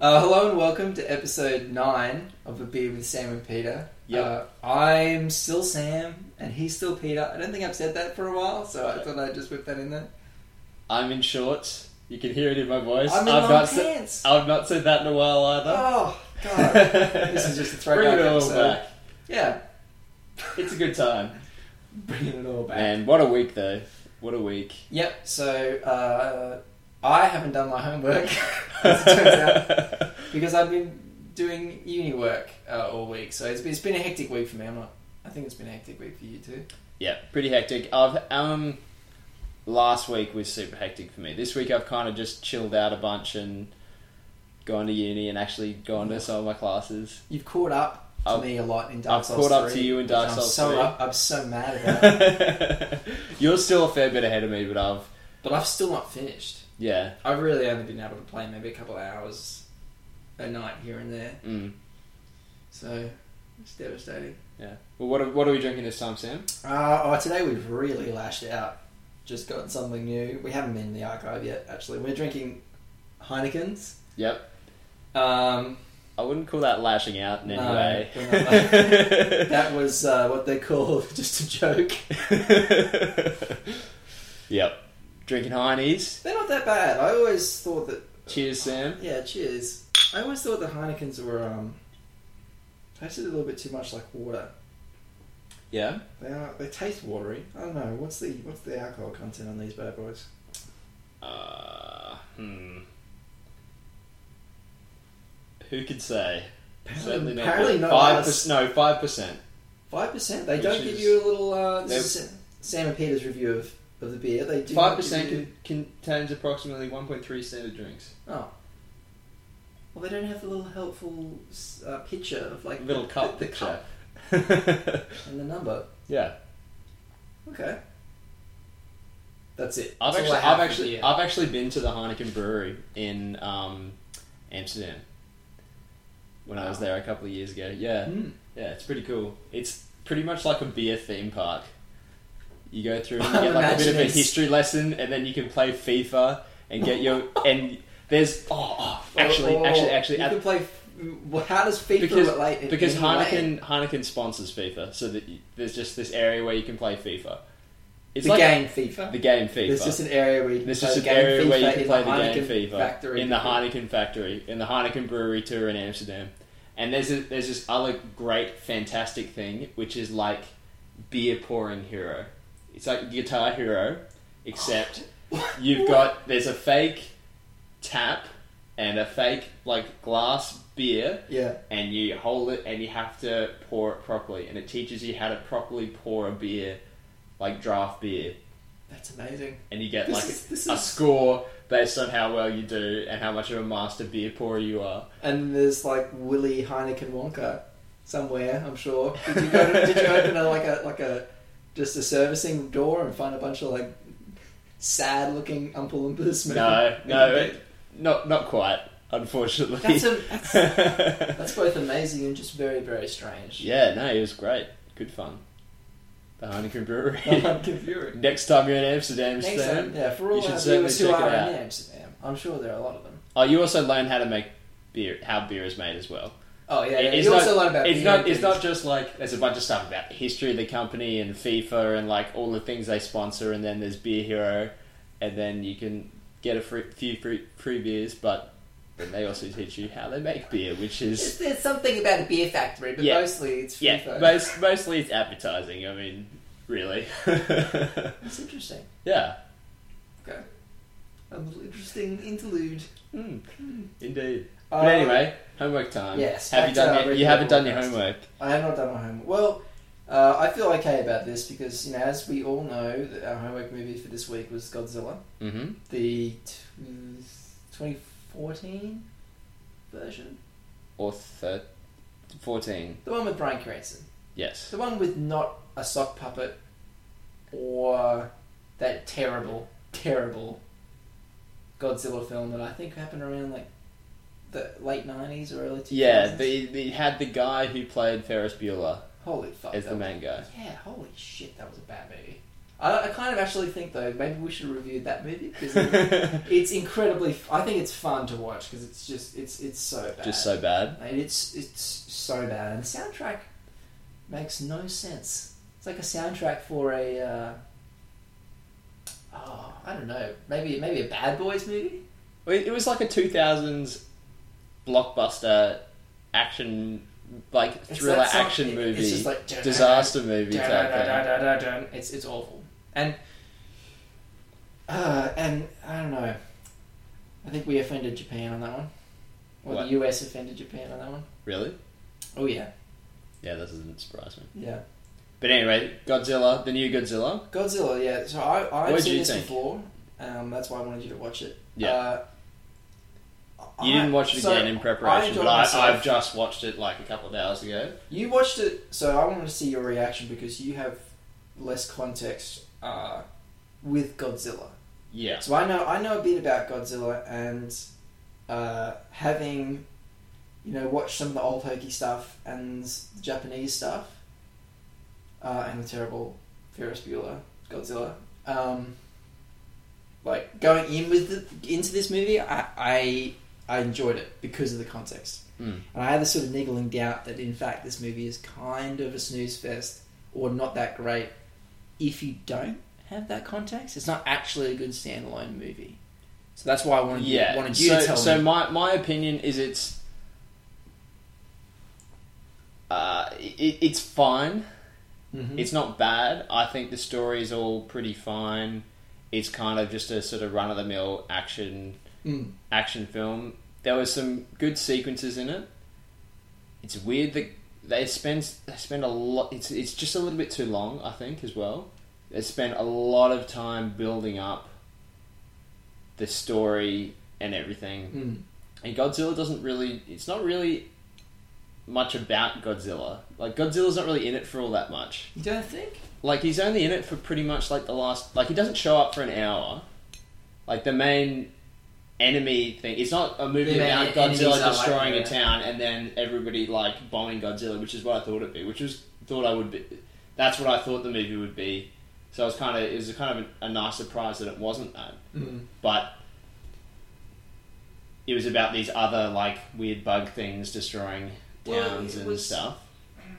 Uh, hello and welcome to episode 9 of A Beer with Sam and Peter. Yep. Uh, I'm still Sam and he's still Peter. I don't think I've said that for a while, so I thought I'd just whip that in there. I'm in shorts. You can hear it in my voice. I'm in I've long not said- pants. I've not said that in a while either. oh, God. this is just a throwback Bring it all episode. back. yeah. It's a good time. Bringing it all back. Man, what a week though. What a week. Yep, so uh, I haven't done my homework, as it turns out. because I've been doing uni work uh, all week, so it's, it's been a hectic week for me. I'm not. I think it's been a hectic week for you too. yeah, pretty hectic. I've um, last week was super hectic for me. This week I've kind of just chilled out a bunch and gone to uni and actually gone to some of my classes. You've caught up to I've- me a lot in Dark I've Souls caught up 3, to you in which Dark I'm Souls so 3. Up, I'm so mad about, it. You're still a fair bit ahead of me, but I've but I've still not finished. yeah. I've really only been able to play maybe a couple of hours a night here and there, Mm. so it's devastating. Yeah. Well, what are, what are we drinking this time, Sam? Uh, oh, today we've really lashed out. Just got something new. We haven't been in the archive yet. Actually, we're drinking Heinekens. Yep. Um, I wouldn't call that lashing out in any No, way. we're not lashing- that was uh, what they call just a joke. yep. Drinking Heinies. They're not that bad. I always thought that. Cheers, Sam. Yeah, cheers. I always thought the Heinekens were um, tasted a little bit too much like water. Yeah. They are. They taste watery. I don't know. What's the what's the alcohol content on these bad boys? Uh, hmm. Who could say? Certainly not. Apparently not. Five percent. No, five percent. Five percent. They Which don't give is- you a little. Uh, this is Sa- Sam and Peter's review of, of the beer. They do not Five percent give you- contains approximately one point three standard drinks. Oh. Well, they don't have the little helpful s- uh, picture of like Little the- cup the, the picture. cup and the number. yeah, Okay. That's it. I've That's all actually, I have I've for actually, beer. I've actually been to the Heineken Brewery in um, Amsterdam when I was there a couple of years ago. Yeah, Mm. Yeah, it's pretty cool. It's pretty much like a beer theme park. You go through and you I'm get like a bit of a imagining- history lesson, and then you can play FIFA and get your and there's oh, oh, actually Or- or actually actually you at- can play. well, How does FIFA because relate? in because any way? Heineken Heineken sponsors FIFA, so that you, there's just this area where you can play FIFA. It's the like game FIFA. the game FIFA. There's just an area where you can There's play just the an game area FIFA where you in can play the, Heineken game FIFA factory in the Heineken factory, in the Heineken brewery tour in Amsterdam. And there's a, there's this other great, fantastic thing, which is like beer pouring hero. It's like Guitar Hero, except you've got there's a fake tap and a fake like glass beer, Yeah. and you hold it and you have to pour it properly, and it teaches you how to properly pour a beer, like draft beer That's amazing. and you get This like is- this a is- score based on how well you do and how much of a master beer pourer you are. And there's like Willy Heineken Wonka somewhere. I'm sure. Did you go? To, did you open a, like a like a just a servicing door and find a bunch of like sad looking Oompa Loompas? No, moving- no, moving it- not not quite, unfortunately. That's, a, that's, that's both amazing and just very, very strange. yeah, no, it was great, good fun. The Heineken Brewery. I'm confused. Next time you're in Amsterdam, Next time, Stan, yeah, for all You should our certainly viewers who check it are in out. Amsterdam, I'm sure there are a lot of them. oh, you also learn how to make beer, how beer is made as well. Oh yeah, yeah. It's you not- also learn about It's beer not. and It's things. not just like there's a bunch of stuff about the history of the company and FIFA and like all the things they sponsor, and then there's Beer Hero, and then you can get a free, few free, free beers, but then they also teach you how they make beer, which It's, is there's something about a beer factory, but Yeah. mostly it's yeah, FIFA. most, mostly it's advertising. I mean, really, That's interesting. yeah, Okay, a little interesting interlude. Mm. indeed. Uh, But anyway, homework time. yes, have back you to our done? Your, you regular haven't done your broadcast. homework. I have not done my homework. Well, uh, I feel okay about this because you know, as we all know, that our homework movie for this week was Godzilla. Mm-hmm. the t- 2014 version, Or thir- fourteen. the one with Brian Cranston, Yes. the one with not a sock puppet or that terrible, terrible Godzilla film that I think happened around like the late 90s or early 2000s. Yeah, they, they had the guy who played Ferris Bueller holy fuck as the that was- main guy. Yeah, holy shit, that was a bad movie. I, I kind of actually think though maybe we should review that movie because it's incredibly. I think it's fun to watch because it's just it's it's so bad. Just so bad. Mate, it's it's so bad, and the soundtrack makes no sense. It's like a soundtrack for a. Uh, oh, I don't know. Maybe maybe a Bad Boys movie. It it was like a 2000s blockbuster action, like It's thriller that song- action it- movie, It's just like disaster movie Dun, type dun, thing. dun, dun, dun, dun. It's it's awful, and uh, and I don't know. I think we offended Japan on that one, or What? the US offended Japan on that one. Really? Oh yeah, Yeah, that doesn't surprise me. yeah. But anyway, Godzilla, the new Godzilla. Godzilla, yeah. So I I've What'd seen you this think? before. Um, that's why I wanted you to watch it. Yeah. Uh, You I- didn't watch it so again in preparation, enjoyed but I, myself. I've just watched it like a couple of hours ago. You watched it, so I wanted to see your reaction because you have less context uh, with Godzilla. Yeah. So I know I know a bit about Godzilla and uh, having you know watched some of the old Turkey stuff and the Japanese stuff uh, and the terrible Ferris Bueller Godzilla. Um, like going in with the, into this movie, I, I I enjoyed it because of the context. Mm. And I had this sort of niggling doubt that in fact this movie is kind of a snooze fest or not that great if you don't have that context. It's not actually a good standalone movie. So that's why I wanted Yeah. you, wanted you so to tell so me. my my opinion is it's uh, it, it's fine. Mhm. It's not bad. I think the story is all pretty fine. It's kind of just a sort of run of the mill action Mm. action film. There were some good sequences in it. It's weird that they spend they spend a lot. It's it's just a little bit too long, I think, as well. They spent a lot of time building up the story and everything, Mm. and Godzilla doesn't really. It's not really much about Godzilla. Like Godzilla's not really in it for all that much. You don't think? Like he's only in it for pretty much like the last. Like he doesn't show up for an hour. Like the main enemy thing. It's not a movie The main about enemies are, Godzilla like, destroying yeah. a town and then everybody like bombing Godzilla, which is what I thought it'd be. Which was thought I would be. That's what I thought the movie would be. So I was kind of it was kind of a, a nice surprise that it wasn't that Mm. but it was about these other like weird bug things destroying Well, towns it and was- stuff.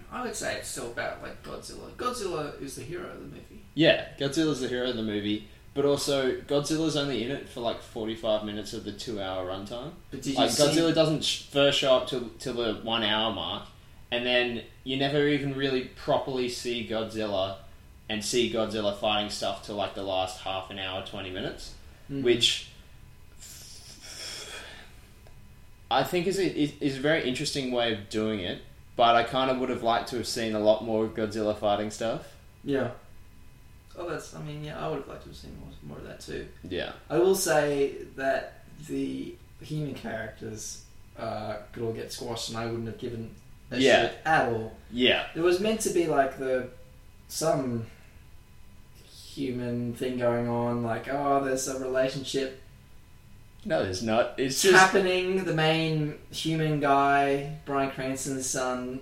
I would say it's still about like Godzilla. Godzilla is the hero of the movie. Yeah, Godzilla's the hero of the movie, but also Godzilla's only in it for like forty-five minutes of the two-hour runtime. But did you Like see? Godzilla doesn't sh- first show up till till the one-hour mark, and then you never even really properly see Godzilla and see Godzilla fighting stuff till like the last half an hour, twenty minutes. Mm. which I think is a, is- is a very interesting way of doing it. But I kind of would have liked to have seen a lot more Godzilla fighting stuff. yeah. Oh, that's. I mean, yeah, I would have liked to have seen more, more of that too. Yeah, I will say that the human characters uh, could all get squashed, and I wouldn't have given a Yeah. shit at all. yeah, There was meant to be like the some human thing going on, like oh, there's a relationship no, there's not. It's just happening. The main human guy, Brian Cranston's son,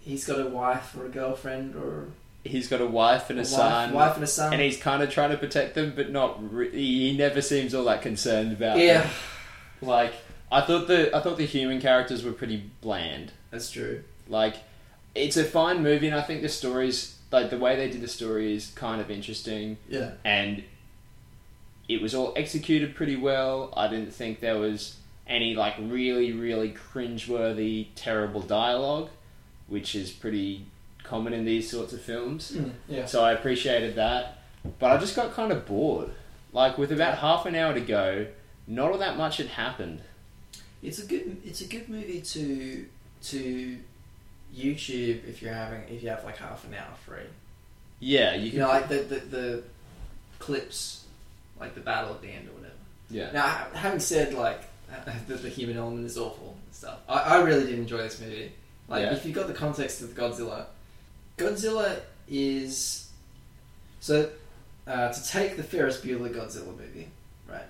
he's got a wife or a girlfriend or he's got a wife and a a, wife, son, wife and a son. and he's kind of trying to protect them, but not. Re- he never seems all that concerned about. yeah, them. like I thought the I thought the human characters were pretty bland. that's true. Like, it's a fine movie, and I think the stories, like the way they did the story, is kind of interesting, Yeah, and it was all executed pretty well. I didn't think there was any like really, really cringeworthy, terrible dialogue, which is pretty common in these sorts of films. Mm, yeah. So I appreciated that, but I just got kind of bored. Like with about half an hour to go, not all that much had happened. It's a good it's a good movie to to YouTube if you're having if you have like half an hour free. Yeah, you You can. know, like the the, the clips, like the battle at the end or whatever. Yeah, Now, ha- having said like that, the human element is awful and stuff. I, I really did enjoy this movie. Like, Yeah. if you got the context of Godzilla, Godzilla is so uh, to take the Ferris Bueller Godzilla movie, right?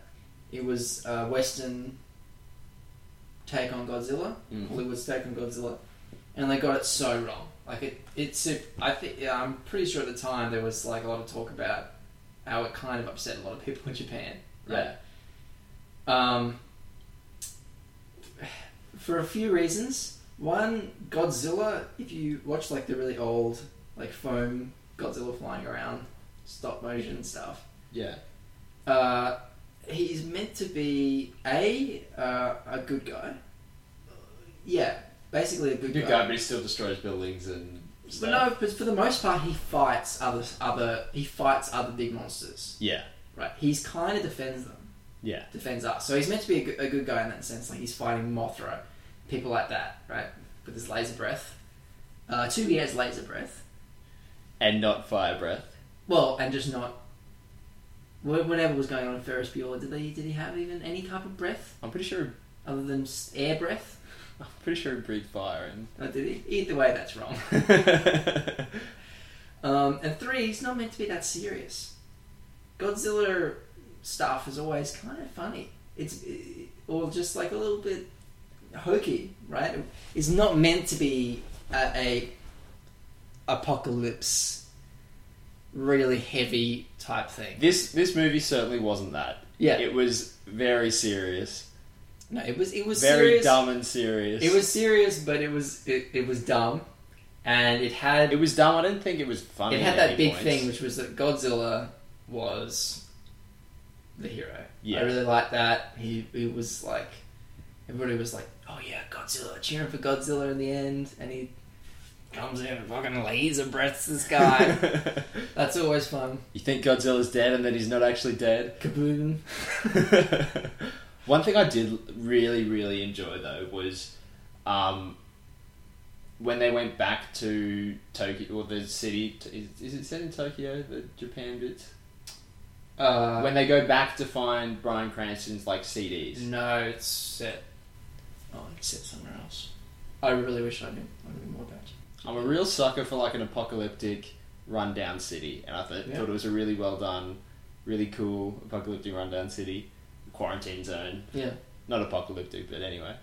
It was a Western take on Godzilla, Mm. Hollywood's take on Godzilla, and they got it so wrong. Like it, it's. I think yeah, I'm pretty sure at the time there was like a lot of talk about how it kind of upset a lot of people in Japan. Yeah. Um, for a few reasons. One, Godzilla. If you watch like the really old, like foam Godzilla flying around, stop motion stuff, Yeah. uh, he's meant to be a uh, a good guy. Yeah, basically a good, Good guy, but he still destroys buildings and But stuff. no, but for the most part, he fights other other he fights other big monsters. Yeah. Right, he's kind of defends them. Yeah. defends us. So he's meant to be a good, a good guy in that sense. Like he's fighting Mothra, people like that, right? With his laser breath. Uh, Tubi has laser breath. And not fire breath. Well, and just not. wh- Whatever was going on in Ferris Bueller, did they did he have even any type of breath I'm pretty sure. other than s- air breath? I'm pretty sure he breathed fire and. No, did he? Either way, that's wrong. Um, and three, he's not meant to be that serious. Godzilla stuff is always kind of funny. It's uh, or just like a little bit hokey, right? It's not meant to be a, a apocalypse, really heavy type thing. this this movie certainly wasn't that. Yeah. It was very serious, No, it was it was very serious. dumb and serious. It was serious, but it was it, it was dumb, and it had It was dumb. I didn't think it was funny. it had that at any big point. thing, which was that Godzilla was the hero. Yeah. I really liked that. He it was like everybody was like, "Oh yeah, Godzilla!" Cheering for Godzilla in the end, and he comes in and fucking laser breaths this guy. That's always fun. you think Godzilla's dead and that he's not actually dead. Kaboom! One thing I did really, really enjoy though was um, when they went back to Tokyo or the city. Is, is it set in Tokyo, the Japan bits? Uh, Mm. when they go back to find Brian Cranston's like CDs. no, it's set. Oh, it's set somewhere else. I really wish I knew. I knew more about you. I'm a real sucker for like an apocalyptic rundown city, and I th- Yeah. thought it was a really well done, really cool apocalyptic rundown city, quarantine zone. Yeah, Not apocalyptic, but anyway.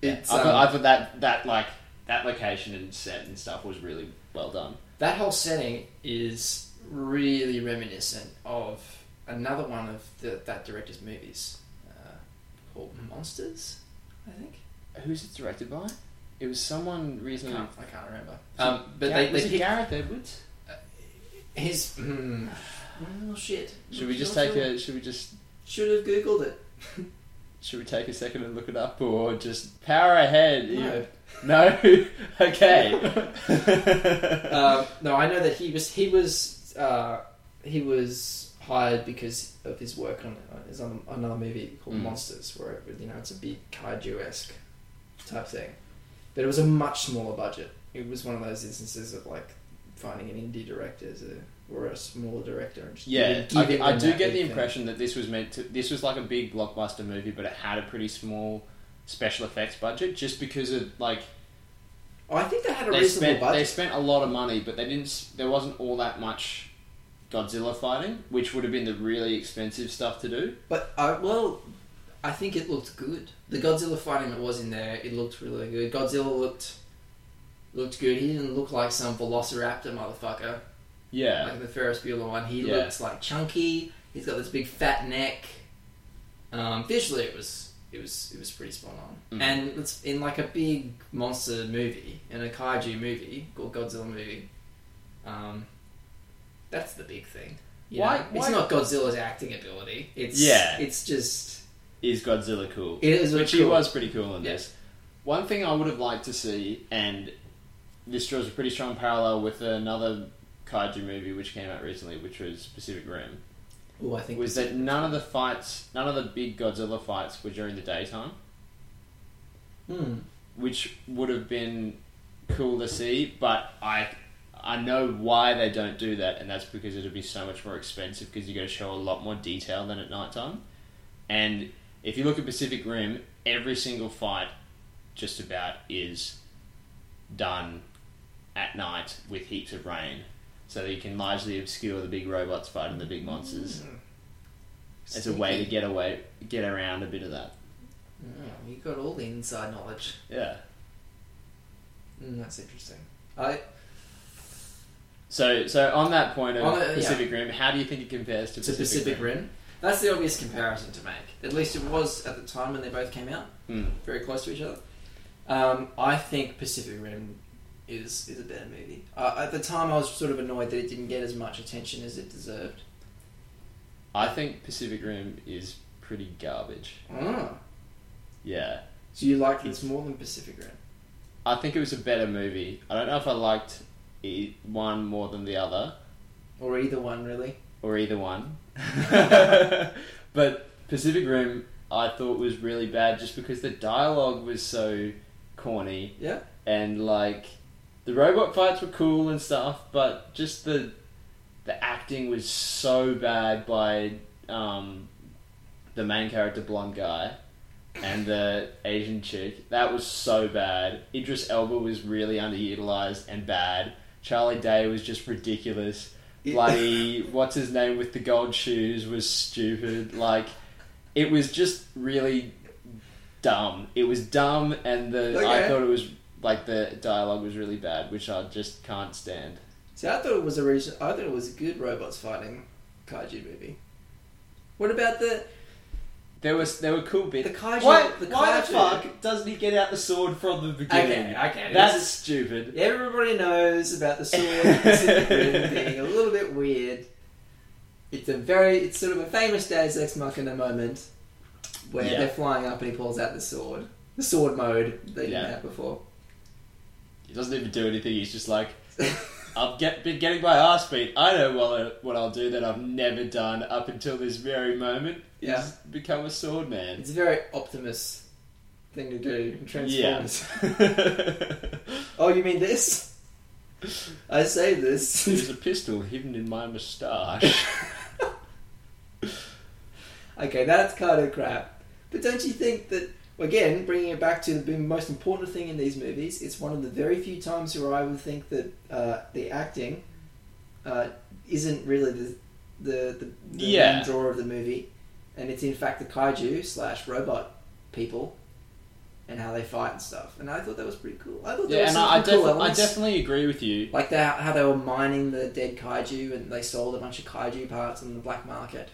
it's I, um, thought, I thought that that like that location and set and stuff was really well done. That whole setting is really reminiscent of another one of the, that director's movies uh, called Monsters, I think. Who's it directed by? It was someone I recently. can't, I can't remember. Um, but Gar- they, was they it picked Gareth Edwards? his. Mm, oh shit! Should we just Not take sure. a? Should we just? Should have googled it. Should we take a second and look it up, or just power ahead? No. No. okay. Uh, Um, no, I know that he was he was uh, he was hired because of his work on is on another movie called Mm. Monsters, where it, you know it's a big kaiju esque type thing, but it was a much smaller budget. It was one of those instances of like finding an indie director as a, or a smaller director and just yeah, giving I, them I do that big get the thing. impression that this was meant to. This was like a big blockbuster movie, but it had a pretty small special effects budget, just because of like Oh, I think they had a they reasonable spent they budget. spent a lot of money, but they didn't. s- There wasn't all that much Godzilla fighting, which would have been the really expensive stuff to do. But I well, I think it looked good. The Godzilla fighting that was in there, it looked really good. Godzilla looked looked good. He didn't look like some Velociraptor motherfucker Yeah, like the Ferris Bueller one. He Yeah. looks like chunky. He's got this big fat neck. Um, visually, it was it was it was pretty spot on. Mm. And it's in like a big monster movie, in a kaiju movie or Godzilla movie. Um, that's the big thing. You Why- know? why- It's not Godzilla's acting ability. It's Yeah. It's just is Godzilla cool? it is which cool. he was pretty cool in Yeah. this. One thing I would have liked to see, and this draws a pretty strong parallel with another kaiju movie which came out recently, which was Pacific Rim, Oh, I think was that none of the fights, none of the big Godzilla fights, were during the daytime, Hmm. which would have been cool to see. But I, I know why they don't do that, and that's because it'd be so much more expensive because you got to show a lot more detail than at nighttime. And if you look at Pacific Rim, every single fight, just about, is done at night with heaps of rain, so that you can largely obscure the big robots fighting the big monsters. It's a way to get away, get around a bit of that. Oh, you got all the inside knowledge. Yeah. Mm, that's interesting. I So, so on that point of On the- yeah. Pacific Rim, how do you think it compares to to Pacific, Pacific Rim. That's the obvious comparison to make. At least it was at the time when they both came out, Rim? Mm. very close to each other. Um, I think Pacific Rim is is a better movie. Uh, at the time, I was sort of annoyed that it didn't get as much attention as it deserved. I think Pacific Rim is pretty garbage. Mm. Yeah, So you like this more than Pacific Rim? I think it was a better movie. I don't know if I liked e- one more than the other Or either one, really? or either one, but Pacific Rim I thought was really bad just because the dialogue was so corny. Yeah? and like the robot fights were cool and stuff, but just the the acting was so bad by um, the main character, blonde guy, and the Asian chick. That was so bad. Idris Elba was really underutilized and bad. Charlie Day was just ridiculous. Bloody what's his name with the gold shoes was stupid. Like it was just really dumb. It was dumb, and the I Okay. thought it was like the dialogue was really bad, which I just can't stand. See, I thought it was a reason. I thought it was a good robots fighting kaiju movie. What about the There was there were cool bits. the kaiju? why the why the kaiju- fuck doesn't he get out the sword from the beginning? Okay, okay. That's this is- stupid. everybody knows about the sword in Pacific Rim being a little bit weird. It's a very, it's sort of a famous Deus Ex Machina moment where Yeah. they're flying up and he pulls out the sword, the sword mode that you Yeah. had before. He doesn't even do anything. He's just like, I've get, been getting my ass beat. I know what, what I'll do that I've never done up until this very moment. Is Yeah. become a sword man. it's a very Optimus thing to do in Yeah. Transformers. Oh, you mean this? I say this. There's a pistol hidden in my moustache. Okay, that's kind of crap. But don't you think that, again, bringing it back to the most important thing in these movies, it's one of the very few times where I would think that uh, the acting uh, isn't really the the, the, the Yeah. main draw of the movie, and it's in fact the kaiju slash robot people and how they fight and stuff. And I thought that was pretty cool. I thought there yeah, was and some I, I, cool defi- I elements. definitely agree with you. like the, how they were mining the dead kaiju and they sold a bunch of kaiju parts on the black market.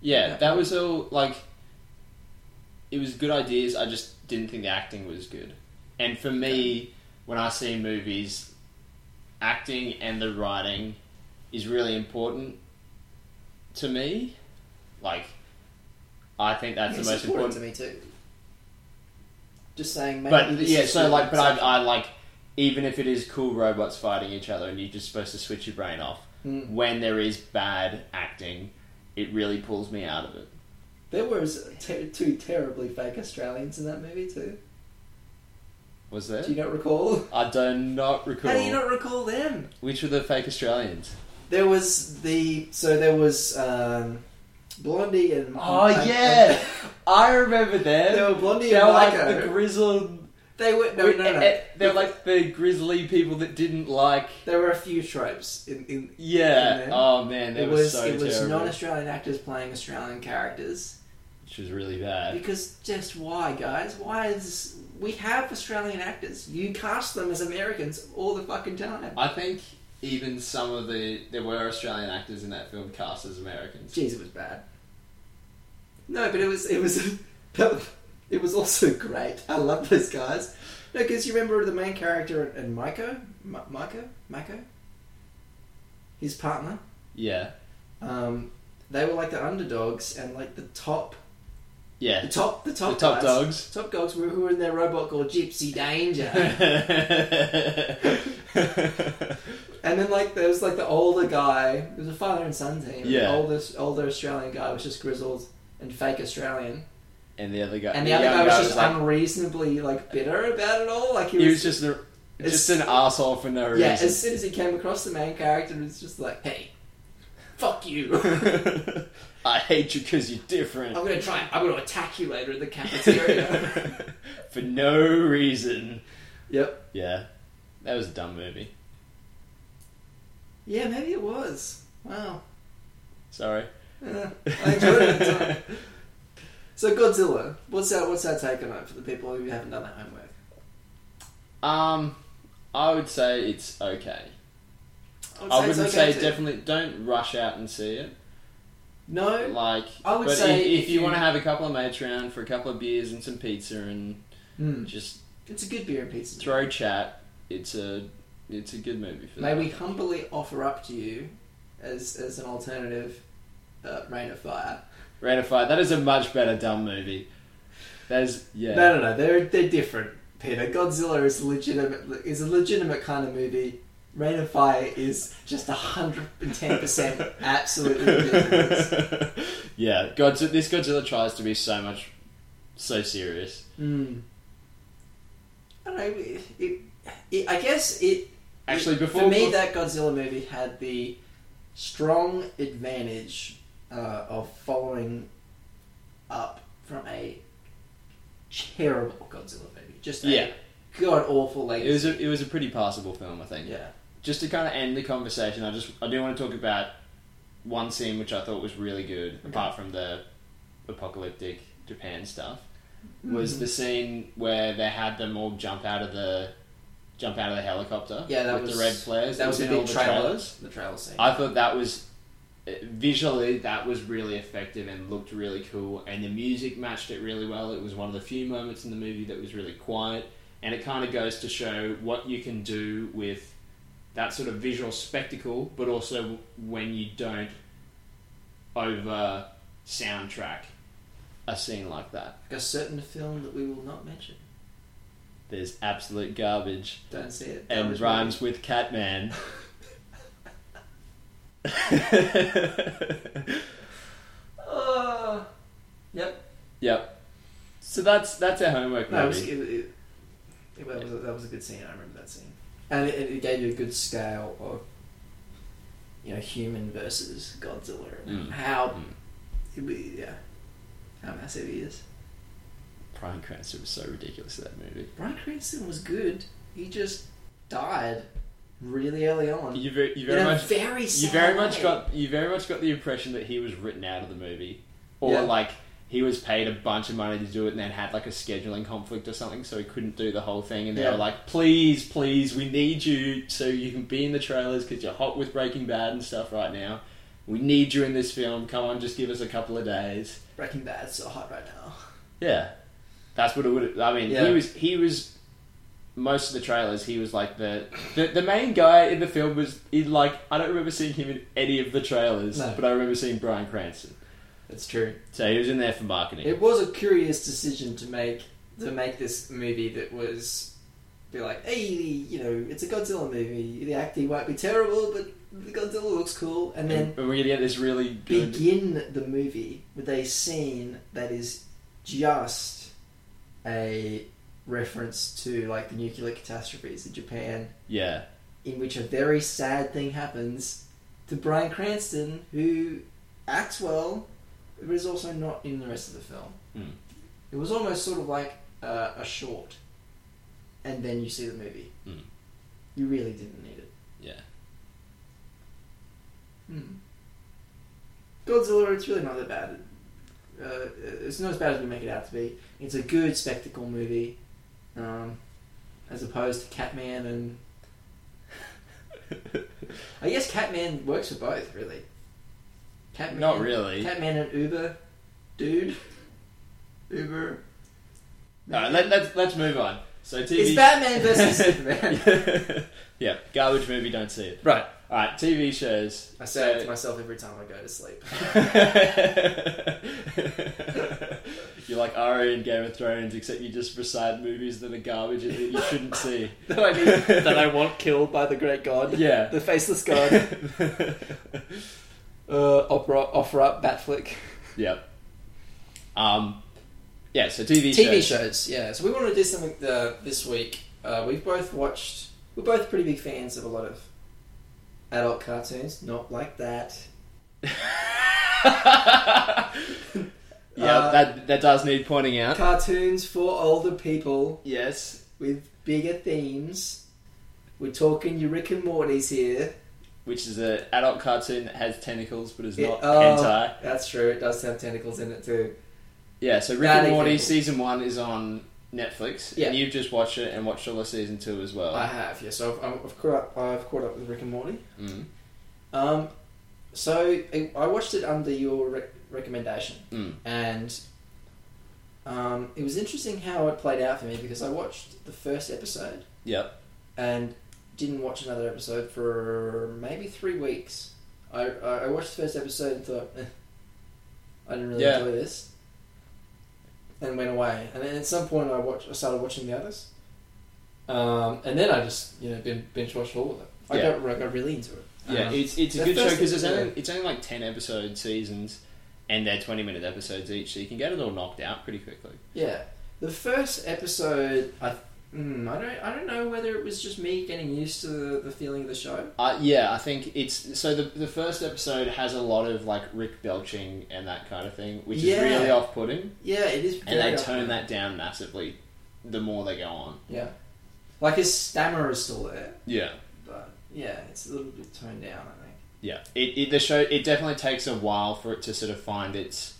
Yeah, Yeah. that was all like it was good ideas. I just didn't think the acting was good. And for me, when I see movies, acting and the writing is really important to me. Like I think that's Yeah, the most it's important important. to me too. Just saying, maybe But this yeah, is so good like, but I, stuff. I like even if it is cool robots fighting each other, and you're just supposed to switch your brain off. Mm. When there is bad acting, it really pulls me out of it. there was ter- two terribly fake Australians in that movie too. Was there? Do you not recall? I do not recall. How do you not recall them? Which were the fake Australians? There was the so there was um, Blondie and Oh, and- I remember and- there them. were Blondie They were and like Marco. the grizzled. Eh, they were no no no. They were like the grizzly people that didn't like. there were a few tropes in, in And Yeah. then Oh man, they it were was so it was terrible. non-Australian actors playing Australian characters. Which was really bad. Because just why, guys? Why is we have Australian actors? You cast them as Americans all the fucking time. I think even some of the there were Australian actors in that film cast as Americans. Jeez, it was bad. No, but it was it was but it was also great. I love those guys. No, because you remember the main character and Maiko, M- Maiko, Maiko, his partner. Yeah. Um, they were like the underdogs and like the top, the Yeah. top, the top, the top guys. dogs. top dogs were who were in their robot called Gypsy Danger. And then like there was like the older guy, it was a father and son team. and Yeah. The oldest older Australian guy was just grizzled and fake Australian. and the other guy. And the, Uh, the other young guy was just like, unreasonably like bitter about it all. Like he was, He was just a, just an asshole for no Yeah, reason. as soon as he came across the main character it was just like, Hey, fuck you. I hate you because you're different. I'm gonna try I'm gonna attack you later in the cafeteria. for no reason. yep. Yeah, that was a dumb movie. Yeah, maybe it was. Wow. Sorry. Yeah, I enjoyed it at the time. So Godzilla, what's that what's that take on it for the people who haven't done their homework? um, I would say it's okay. would I it's wouldn't okay say to- definitely don't rush out and see it. No, Like, I would but say if, if if you, you- want to have a couple of mates around for a couple of beers and some pizza and Mm. just it's a good beer and pizza. throw chat, it's a it's a good movie for May that. we humbly offer up to you as as an alternative, uh, Rain of Fire. Rain of Fire. That is a much better dumb movie. That is yeah. No, no, no. They're they're different. Peter, Godzilla is legitimate is a legitimate kind of movie. Rain of Fire is just hundred and ten percent absolutely ridiculous. yeah, Godzilla, this Godzilla tries to be so much, so serious. Mm. I don't know. It, it, it, I guess it. Actually, it- before for me, that Godzilla movie had the strong advantage uh, of following up from a terrible Godzilla movie. Just a Yeah. god awful like it was a, it was a pretty passable film, I think. yeah. Just to kind of end the conversation, I just I do want to talk about one scene which I thought was really good, apart from the apocalyptic Japan stuff. Was Mhm. the scene where they had them all jump out of the jump out of the helicopter? Yeah, that with was the red flares. That was in the all big the trailer. trailers. The trailer scene. I thought that was uh, visually that was really effective and looked really cool, and the music matched it really well. It was one of the few moments in the movie that was really quiet, and it kind of goes to show what you can do with that sort of visual spectacle, but also when you don't over soundtrack a scene like that. like a certain film that we will not mention. There's absolute garbage Don't see it. That and was rhymes with Catman. really- Uh, yep. Yep. So that's that's our homework No, it was, movie. it, it, it was, that was a good scene. I remember that scene, and it, it gave you a good scale of you know human versus Godzilla and Mm. how Mm. it, was- yeah how massive he is. Brian Cranston was so ridiculous in that movie. Brian Cranston was good. He just died really early on. You very, you Um, In very a much very you sad very much way. got you very much got the impression that he was written out of the movie, or Yeah. like he was paid a bunch of money to do it and then had like a scheduling conflict or something, so he couldn't do the whole thing. And they Yeah. were like, "Please, please, we need you so you can be in the trailers because you're hot with Breaking Bad and stuff right now. We need you in this film. Come on, just give us a couple of days." Breaking Bad's so hot right now. Yeah, that's what it would. I mean, Yeah. he was he was most of the trailers. He was like the, the the main guy in the film was in like I don't remember seeing him in any of the trailers, No. but I remember seeing Brian Cranston. That's true. So he was in there for marketing. It was a curious decision to make to make this movie that was be like, hey, you know, it's a Godzilla movie. The acting might be terrible, but the Godzilla looks cool. And then and we're gonna get this really good. begin the movie with a scene that is just a reference to like the nuclear catastrophes in Japan, yeah, in which a very sad thing happens to Brian Cranston, who acts well, but is also not in the rest of the film. Hmm. It was almost sort of like uh, a short, and then you see the movie. Hmm. You really didn't need it. yeah. Hmm. Godzilla, it's really not that bad. Uh, it's not as bad as we make it out to be. It's a good spectacle movie, um, as opposed to Catman and. I guess Catman works for both, really. Catman, Not really. Catman and Uber, dude. Uber. Uh, No, let, let's let's move on. So TV. It's Batman versus Superman. yeah, garbage movie. Don't see it. Right. All right, TV shows. I say it to myself every time I go to sleep. You're like Ari in Game of Thrones, except you just recite movies that are garbage and that you shouldn't see. that I need, that I want killed by the great god, Yeah. the faceless god. uh, opera, offer up, Batflick. yep. Um, yeah, so TV, TV shows. shows, yeah. So we want to do something uh, this week. Uh, we've both watched. We're both pretty big fans of a lot of adult cartoons. Not like that. Yeah, Uh, that, that does need pointing out. Cartoons for older people Yes. with bigger themes. We're talking your Rick and Morty's here. Which is an adult cartoon that has tentacles but is It- not oh. hentai. That's true. It does have tentacles in it too. Yeah, so Rick That and Morty example. season one is on Netflix, Yeah. and you've just watched it and watched all the season two as well. I have, yeah. So I've, I've caught up. I've caught up with Rick and Morty. Mm. Um, so I- I watched it under your re- recommendation, Mm. and um, it was interesting how it played out for me because I watched the first episode Yep. and didn't watch another episode for maybe three weeks. I I I watched the first episode and thought, eh, I didn't really Yeah. enjoy this, and went away. And then at some point, I watched. I started watching the others, um, and then I just you know bin- binge watched all of them. I Yeah. got I got really into it. Yeah, Um, it's it's a the good show first because it's is- only it's only like ten episode seasons, and they're twenty minute episodes each, so you can get it all knocked out pretty quickly. Yeah, the first episode, I mm, I don't I don't know whether it was just me getting used to the, the feeling of the show. Uh, yeah, I think it's so the the first episode has a lot of like Rick belching and that kind of thing, which Yeah. is really off putting, Yeah, it is. and very they turn off-putting. that down massively the more they go on. Yeah, like his stammer is still there, Yeah. but yeah, it's a little bit toned down. I think. Yeah, it, it the show it definitely takes a while for it to sort of find its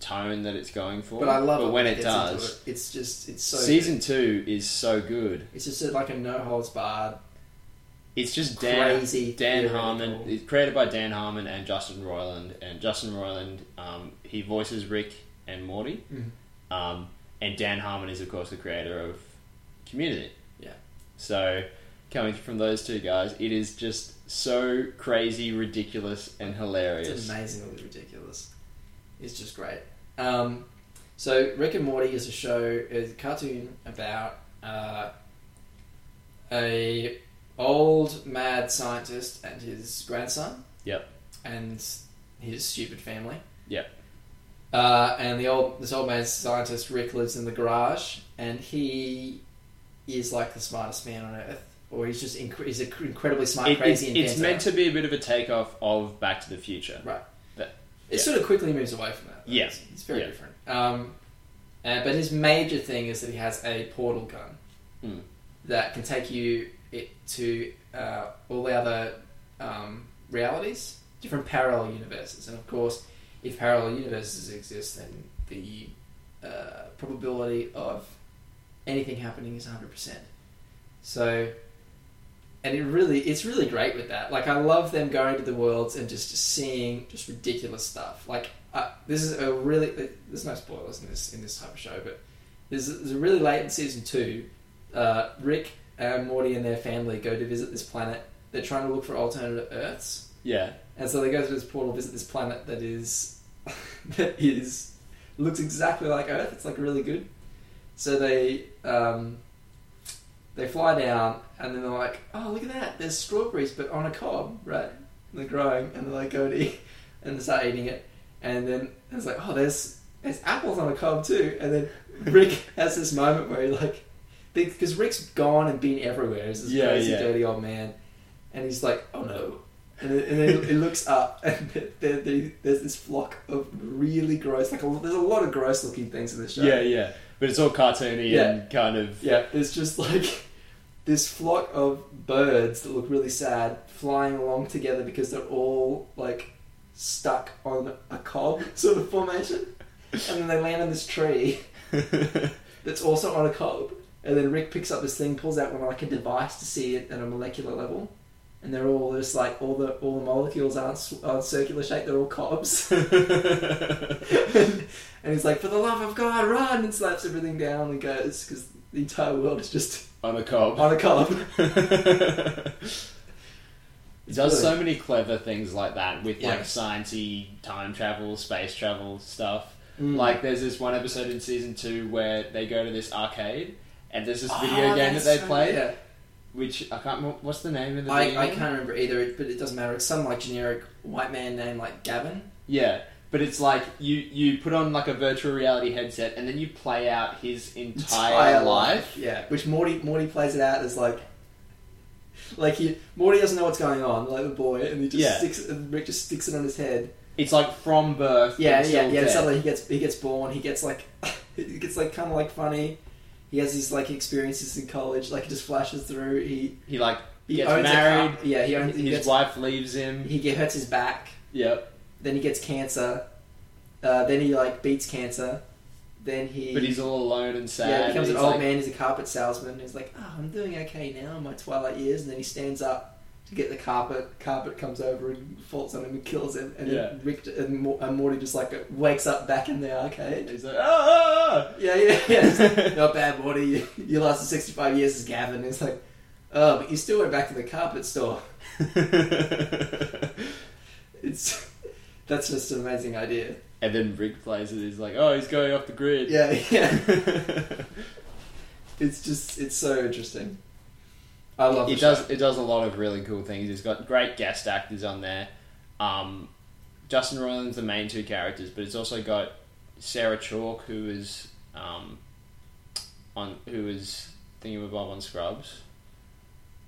tone that it's going for. But I love it but when it gets into does. it. It's just it's so season two is so good. It's just like a no holds barred. It's just Dan Crazy Dan theoretical. Harmon. It's created by Dan Harmon and Justin Roiland. And Justin Roiland, um, he voices Rick and Morty. Mhm. Um, and Dan Harmon is of course the creator of Community. Yeah. So coming from those two guys, it is just so crazy, ridiculous, and hilarious. It's amazingly ridiculous. It's just great. Um, so Rick and Morty is a show, is a cartoon about uh, a old mad scientist and his grandson. Yep. And his stupid family. Yep. Uh, and the old this old mad scientist Rick lives in the garage, and he is like the smartest man on earth, or he's just inc- he's an incredibly smart, It- crazy it's, it's inventor. meant to be a bit of a takeoff of Back to the Future. Right. That- it yeah. sort of quickly moves away from that. Yeah. It's, it's very Yeah. different. Um, uh, but his major thing is that he has a portal gun Mm. that can take you it to uh, all the other um, realities, different parallel universes. And of course, if parallel universes exist, then the uh, probability of anything happening is 100%. So, and it really, it's really great with that. Like, I love them going to the worlds and just seeing just ridiculous stuff. Like, uh, this is a really, there's no spoilers in this in this type of show, but there's, there's a really late in season two. Uh, Rick and Morty and their family go to visit this planet. They're trying to look for alternate Earths. Yeah. And so they go to this portal, visit this planet that is that is looks exactly like Earth. It's like really good. So they um, they fly down, and then they're like, "Oh, look at that! There's strawberries, but on a cob, right? And they're growing, and they like go to eat, and they start eating it, and then it's like, oh, there's there's apples on a cob too. And then Rick has this moment where he like, because Rick's gone and been everywhere. He's this Yeah, crazy, yeah. dirty old man, and he's like, oh no. And then, and then he looks up, and there, there, there's this flock of really gross, like a, there's a lot of gross looking things in this show. Yeah, yeah. But it's all cartoony Yeah. and kind of. Yeah, there's just like this flock of birds that look really sad flying along together because they're all like stuck on a cob sort of formation. And then they land on this tree that's also on a cob. And then Rick picks up this thing, pulls out one like a device to see it at a molecular level. And they're all just like all the all the molecules aren't, s- aren't circular shape; they're all cobs. and he's like, "For the love of God, run!" and slaps everything down and goes because the entire world is just On a cob. on a cob. It does so many clever things like that with Yeah. like sciencey time travel, space travel stuff. Mm, Hmm. Like there's this one episode in season two where they go to this arcade and there's this Ah, video game that they play, Yeah. which I can't. remember What's the name of the video I, I game? can't remember either, but it doesn't matter. It's some like generic white man name like Gavin. Yeah, but it's like you you put on like a virtual reality headset and then you play out his entire, life. yeah. Which Morty Morty plays it out as like, like he Morty doesn't know what's going on, like the boy, and he just Yeah. sticks and Rick just sticks it on his head. It's like from birth. Yeah, until yeah, yeah. death. Suddenly he gets he gets born. He gets like he gets like kind of like funny. He has these like experiences in college. Like it just flashes through. He He like he gets owns a married. car- Yeah, he owns. his He, gets, wife leaves him. he get, hurts his back. Yep. then he gets cancer. Uh, then he like beats cancer. Then he But he's all alone and sad. yeah, becomes and an he's old like- man. He's a carpet salesman. He's like, oh, I'm doing okay now in my twilight years. And then he stands up to get the carpet. Carpet comes over and falls on him and kills him. And Yeah. then Rick and, Mor- and Morty just like wakes up back in the arcade. He's like, oh, Yeah, yeah, yeah. It's like, Not bad, Morty. You, you lasted 65 years as Gavin. It's like, oh, but you still went back to the carpet store. It's that's just an amazing idea. and then Rick plays it. He's like, oh, he's going off the grid. Yeah, yeah. It's just it's so interesting. I love it the does show. it does a lot of really cool things. It's got great guest actors on there. Um, Justin Roiland's the main two characters, but it's also got Sarah Chalk, who is um, on who is Thingamabob on Scrubs,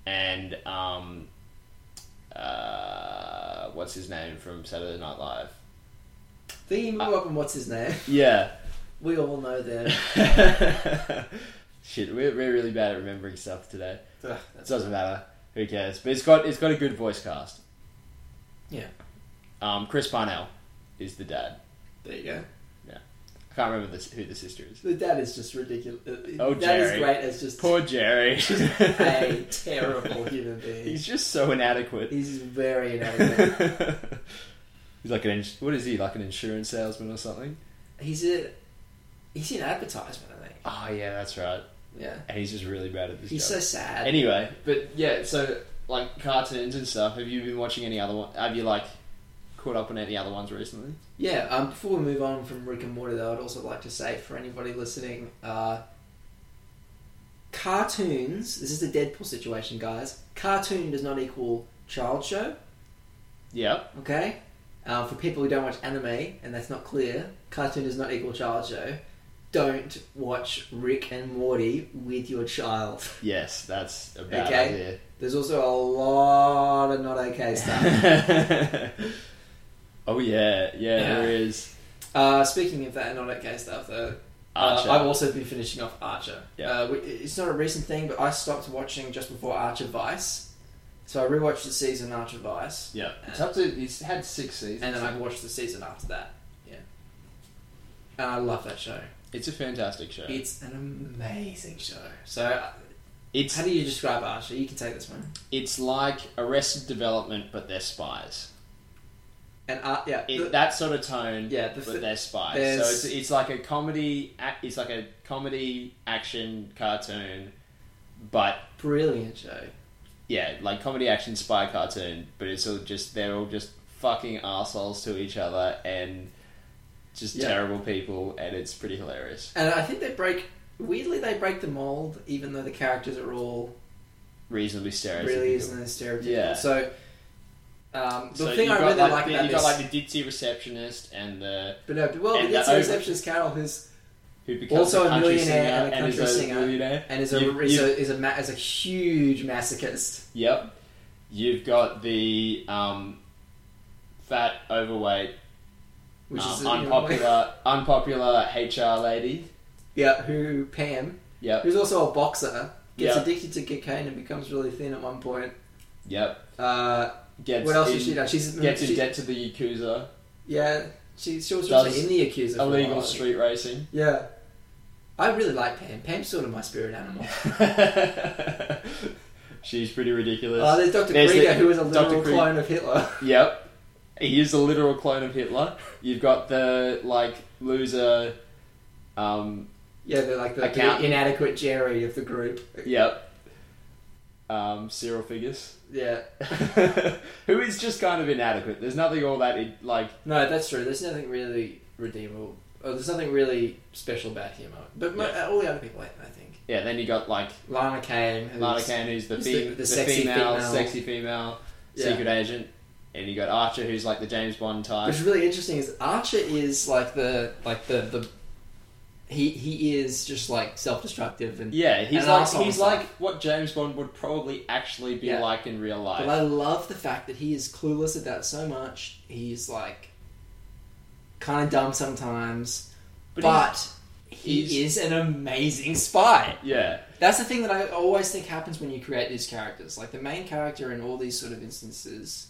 and um, uh, what's his name from Saturday Night Live? Thinking of up and what's his name? Yeah. We all know them. Shit, we're, we're really bad at remembering stuff today. Ugh, It that's- doesn't matter. Who cares? But it's got it's got a good voice cast. Yeah. Um, Chris Parnell is the dad. there you go. I can't remember the, who the sister is. The dad is just ridiculous. Uh, Oh, that is Jerry. great. It's just Poor Jerry. just a terrible human being. He's just so inadequate. He's very inadequate. He's like an ins- what is he like an insurance salesman or something? he's a he's in advertisement, I think. Oh yeah, that's right. Yeah, And he's just really bad at this he's job. so sad. anyway, but yeah, so like cartoons and stuff. Have you been watching any other one? Have you like caught up on any other ones recently? Yeah, um, before we move on from Rick and Morty, though, I'd also like to say for anybody listening, uh, cartoons, this is a Deadpool situation, guys. Cartoon does not equal child show, Yep. okay? Um, for people who don't watch anime, and that's not clear, cartoon does not equal child show. Don't watch Rick and Morty with your child. Yes, that's a bad Okay. idea. There's also a lot of not okay stuff. oh yeah, yeah, there is uh, speaking of that not okay stuff, though, Archer. Uh, I've also been finishing off Archer. Yeah. Uh, we- it's not a recent thing, but I stopped watching just before Archer Vice. So I rewatched the season Archer Vice, yeah, it's up to he's had six seasons, and then I watched the season after that. Yeah. And I love that show. it's a fantastic show. It's an amazing show. So, uh, It's how do you describe Archer? You can take this one. it's like Arrested Development, but they're spies. And uh, yeah, It, the- that sort of tone, Yeah, the but fi- they're spies. there's- So it's, it's like a comedy. ac- It's like a comedy action cartoon, but brilliant show. yeah, like comedy action spy cartoon. But it's all just they're all just fucking assholes to each other and just Yeah. terrible people, and it's pretty hilarious. And I think they break. Weirdly, they break the mold, even though the characters are all reasonably stereotypical. really isn't as stereotypical. Yeah. So, um, the So thing you've I got, really like, the- about you've this, got like the ditzy receptionist and the But no, but- well, And but that's the the over- receptionist Carol, who's who becomes Also a a country millionaire singer and a country is singer. millionaire. and is a You- is, you- a, is a ma- is a huge masochist. Yep. You've got the um, fat, overweight, Which um, is a- unpopular, unpopular HR lady. yeah, who Pam, Yep. who's also a boxer, gets Yeah. addicted to cocaine and becomes really thin at one point. Yep. Uh, Gets what else in, does she do? She's Gets in she- debt to the yakuza. Yeah, she she was Does also in the accuser. for a Illegal while. street racing. Yeah, I really like Pam. Pam's sort of my spirit animal. She's pretty ridiculous. Uh, there's Dr. There's the- Krieger, who is a Dr. literal Krieger. clone of Hitler. Yep. He is a literal clone of Hitler. You've got the like loser um yeah, they're like the, the Accountant. inadequate Jerry of the group. yep. Um Cyril Figgis. Yeah. Who is just kind of inadequate. There's nothing all that in, like No, that's true. There's nothing really redeemable. Oh, there's nothing really special about him. I- But mo- Yeah. uh, all the other people hate him, I think. yeah, then you got like Lana Kane. who's- Lana Kane who's the, who's fe- the- the the, sexy female, female. sexy female Yeah. secret agent. And you got Archer who's like the James Bond type. Which is really interesting is Archer is like the like the the he he is just like self destructive and yeah, he's an like arsehole he's himself. like what James Bond would probably actually be Yeah. like in real life. but I love the fact that he is clueless about so much. He's like kind of dumb sometimes, but, But he's- he is an amazing spy. yeah. That's the thing that I always think happens when you create these characters. Like the main character in all these sort of instances,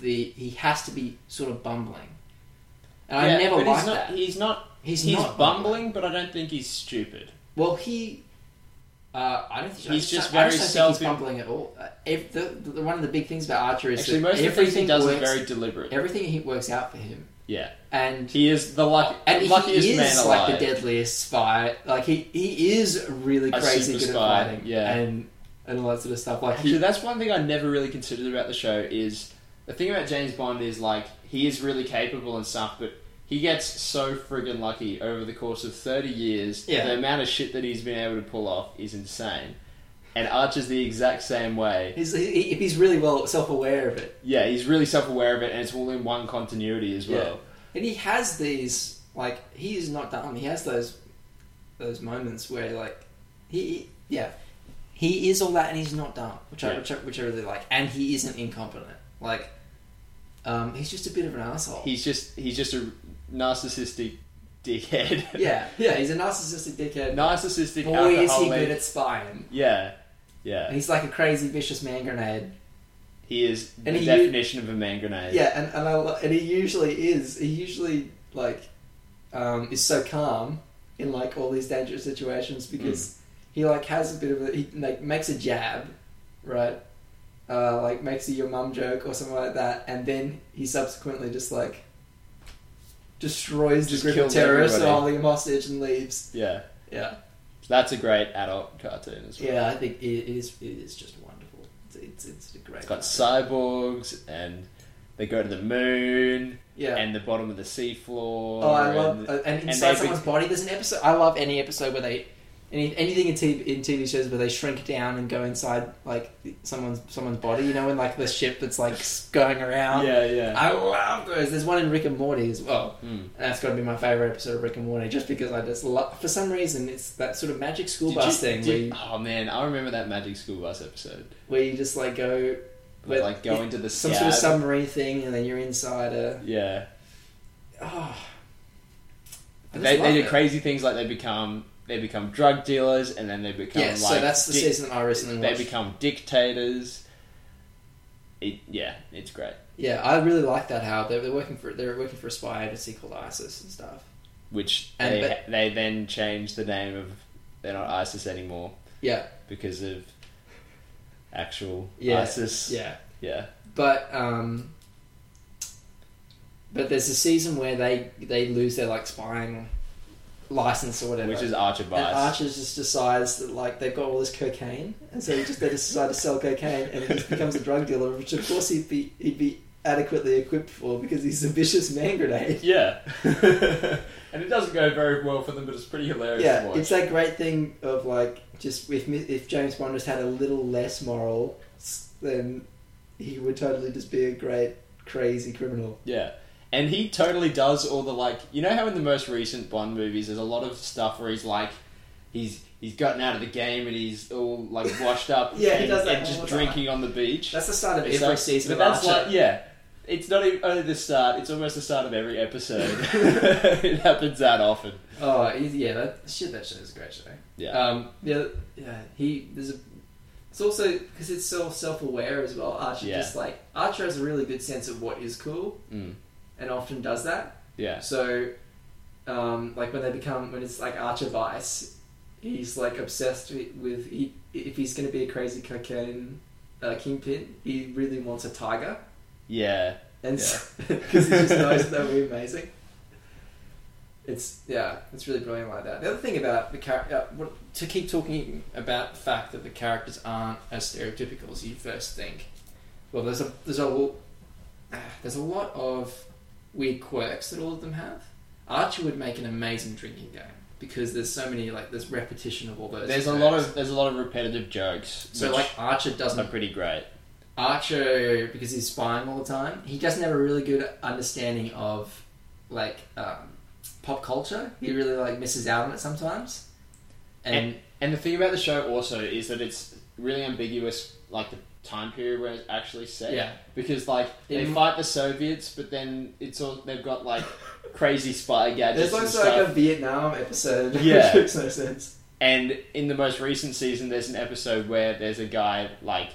the he has to be sort of bumbling. and I never but liked he's not, that. He's not. He's He's, not bumbling, but I don't think he's stupid. Well, he. Uh, I don't think I He's just don't- I very don't think self- he's bumbling at all. Uh, ev- the, the, one of the big things about Archer is Actually, that most of the things everything he does works, is very deliberate. everything he works out for him, Yeah, and he is the luck, and luckiest he is man alive. like the deadliest spy. Like he he is really A crazy super good at spy, fighting, yeah. and and all that sort of stuff. Like Actually, he, that's one thing I never really considered about the show is the thing about James Bond is like he is really capable and stuff, but he gets so friggin' lucky over the course of thirty years. Yeah. The amount of shit that he's been able to pull off is insane. And Archer's the exact same way. he's, he, if he's really well self aware of it, Yeah, he's really self aware of it, and it's all in one continuity as well. and he has these like he is not dumb. He has those those moments where like he, he- yeah he is all that and he's not dumb, which I Yeah. which I, which I really like, and he isn't incompetent. Like um, he's just a bit of an asshole. He's just he's just a narcissistic dickhead. yeah, yeah, he's a narcissistic dickhead. narcissistic Boy, is he alcoholic. good at spying. yeah, yeah. He's like a crazy, vicious man grenade. He is the And he- definition of a man grenade. Yeah, and and, I, lo- and he usually is. He usually like um, is so calm in like all these dangerous situations because Hmm. he like has a bit of a he like makes a jab, right? Uh, like makes a your mum joke or something like that, and then he subsequently just like destroys Just the group of kills terrorists everybody. holding him hostage and leaves. yeah. Yeah, That's a great adult cartoon as well. yeah, I think it is. It is just wonderful. It's it's, it's a great. It's got one. cyborgs and they go to the moon yeah. and the bottom of the seafloor. Oh, I and love uh, and and inside they someone's be- body. There's an episode. I love any episode where they any, anything in TV, in TV shows where they shrink down and go inside like someone's someone's body. You know, in like the ship that's like s- going around. yeah, yeah. I love those. There's one in Rick and Morty as well. Mm. And that's got to be my favorite episode of Rick and Morty, just because I just love. For some reason, it's that sort of magic school Did bus you- thing where, did- you, oh man, I remember that Magic School Bus episode. where you just like go Where, But like go it- into the some sort of scab. submarine thing, and then you're inside a. Yeah, Oh, I just they, love they do it. crazy things like they become they become drug dealers and then they become Yeah, like so that's the dic- season I recently they watched. become dictators. It, yeah, it's great. Yeah, I really like that. How they're, they're working for they're working for a spy agency called ISIS and stuff. Which And they but- they then change the name of they're not ISIS anymore. Yeah, because of actual Yeah. ISIS. yeah. yeah, But um, but there's a season where they they lose their like spying license or whatever. which is Archer and Bias. Archer just decides that like they've got all this cocaine, and so he just they just decide to sell cocaine, and he just becomes a drug dealer, which of course he'd be he'd be adequately equipped for because he's a vicious man grenade. yeah, and it doesn't go very well for them, but it's pretty hilarious yeah, to watch. it's that great thing of like just if Mi- if James Bond just had a little less moral, s- then he would totally just be a great crazy criminal. yeah. And he totally does all the like, you know how in the most recent Bond movies, there's a lot of stuff where he's like, he's he's gotten out of the game and he's all like washed up, Yeah, he and, does that and all just the time. drinking on the beach. That's the start of It's every like- season of but that's Archer. like, yeah, it's not even only the start; it's almost the start of every episode. it happens that often. oh he- yeah, that shit. That show is a great show. Yeah. Um, yeah, yeah. He there's a. It's also because it's so self-aware as well. Archer Yeah. just like Archer has a really good sense of what is cool Mm. and often does that. Yeah. So, um, like when they become when it's like Archer Vice, he's like obsessed with, with he, if he's going to be a crazy cocaine uh, kingpin, he really wants a tiger, Yeah. and because he just knows that would be amazing. It's yeah, it's really brilliant like that. The other thing about the character, uh, what- to keep talking about the fact that the characters aren't as stereotypical as you first think. Well, there's a there's a lo- there's a lot of weird quirks that all of them have. Archer would make an amazing drinking game because there's so many like there's repetition of all those. There's a quirks. lot of there's a lot of repetitive jokes, so which like Archer are doesn't pretty great. Archer, because he's spying all the time, he doesn't have a really good understanding of like um, pop culture. Hmm. He really like misses out on it sometimes. And, And the thing about the show also is that it's really ambiguous, like the time period where it's actually set. Yeah. Because like they In- fight the Soviets, but then it's all they've got like crazy spy there's gadgets and also stuff. like a Vietnam episode. which Yeah. makes no sense. And in the most recent season, there's an episode where there's a guy like.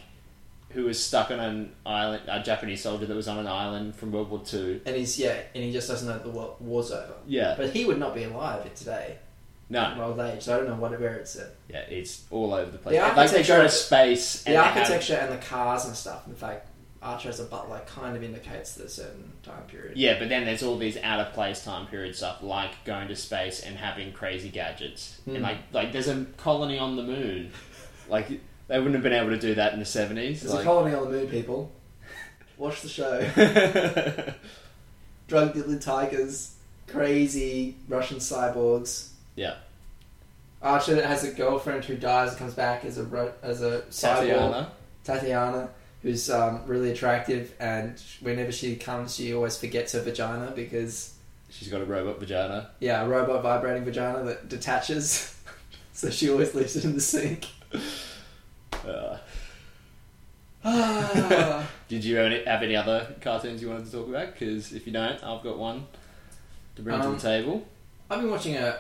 who was stuck on an island, a Japanese soldier that was on an island from World War Two. And he's yeah, and he just doesn't know that the war, war's over. Yeah, But he would not be alive at today no, in old age. So I don't know what where it's at. yeah, it's all over the place. The like they go architecture- to space The and they have- architecture and the cars and stuff. In fact, Archer as a butler kind of indicates the certain time period. yeah, but then there's all these out of place time period stuff, like going to space and having crazy gadgets, Mm. and like like there's a colony on the moon, like they wouldn't have been able to do that in the seventies. There's a colony on the moon, people. Watch the show. Drug dealing tigers, crazy Russian cyborgs. Yeah. Archer that has a girlfriend who dies and comes back as a ro- as a cyborg. Tatiana. Tatiana, who's um, really attractive, and whenever she comes, she always forgets her vagina because She's got a robot vagina. yeah, a robot vibrating vagina that detaches, so she always leaves it in the sink. Uh, Ah. did you have any, have any other cartoons you wanted to talk about? Because if you don't, I've got one to bring Um, to the table. I've been watching a.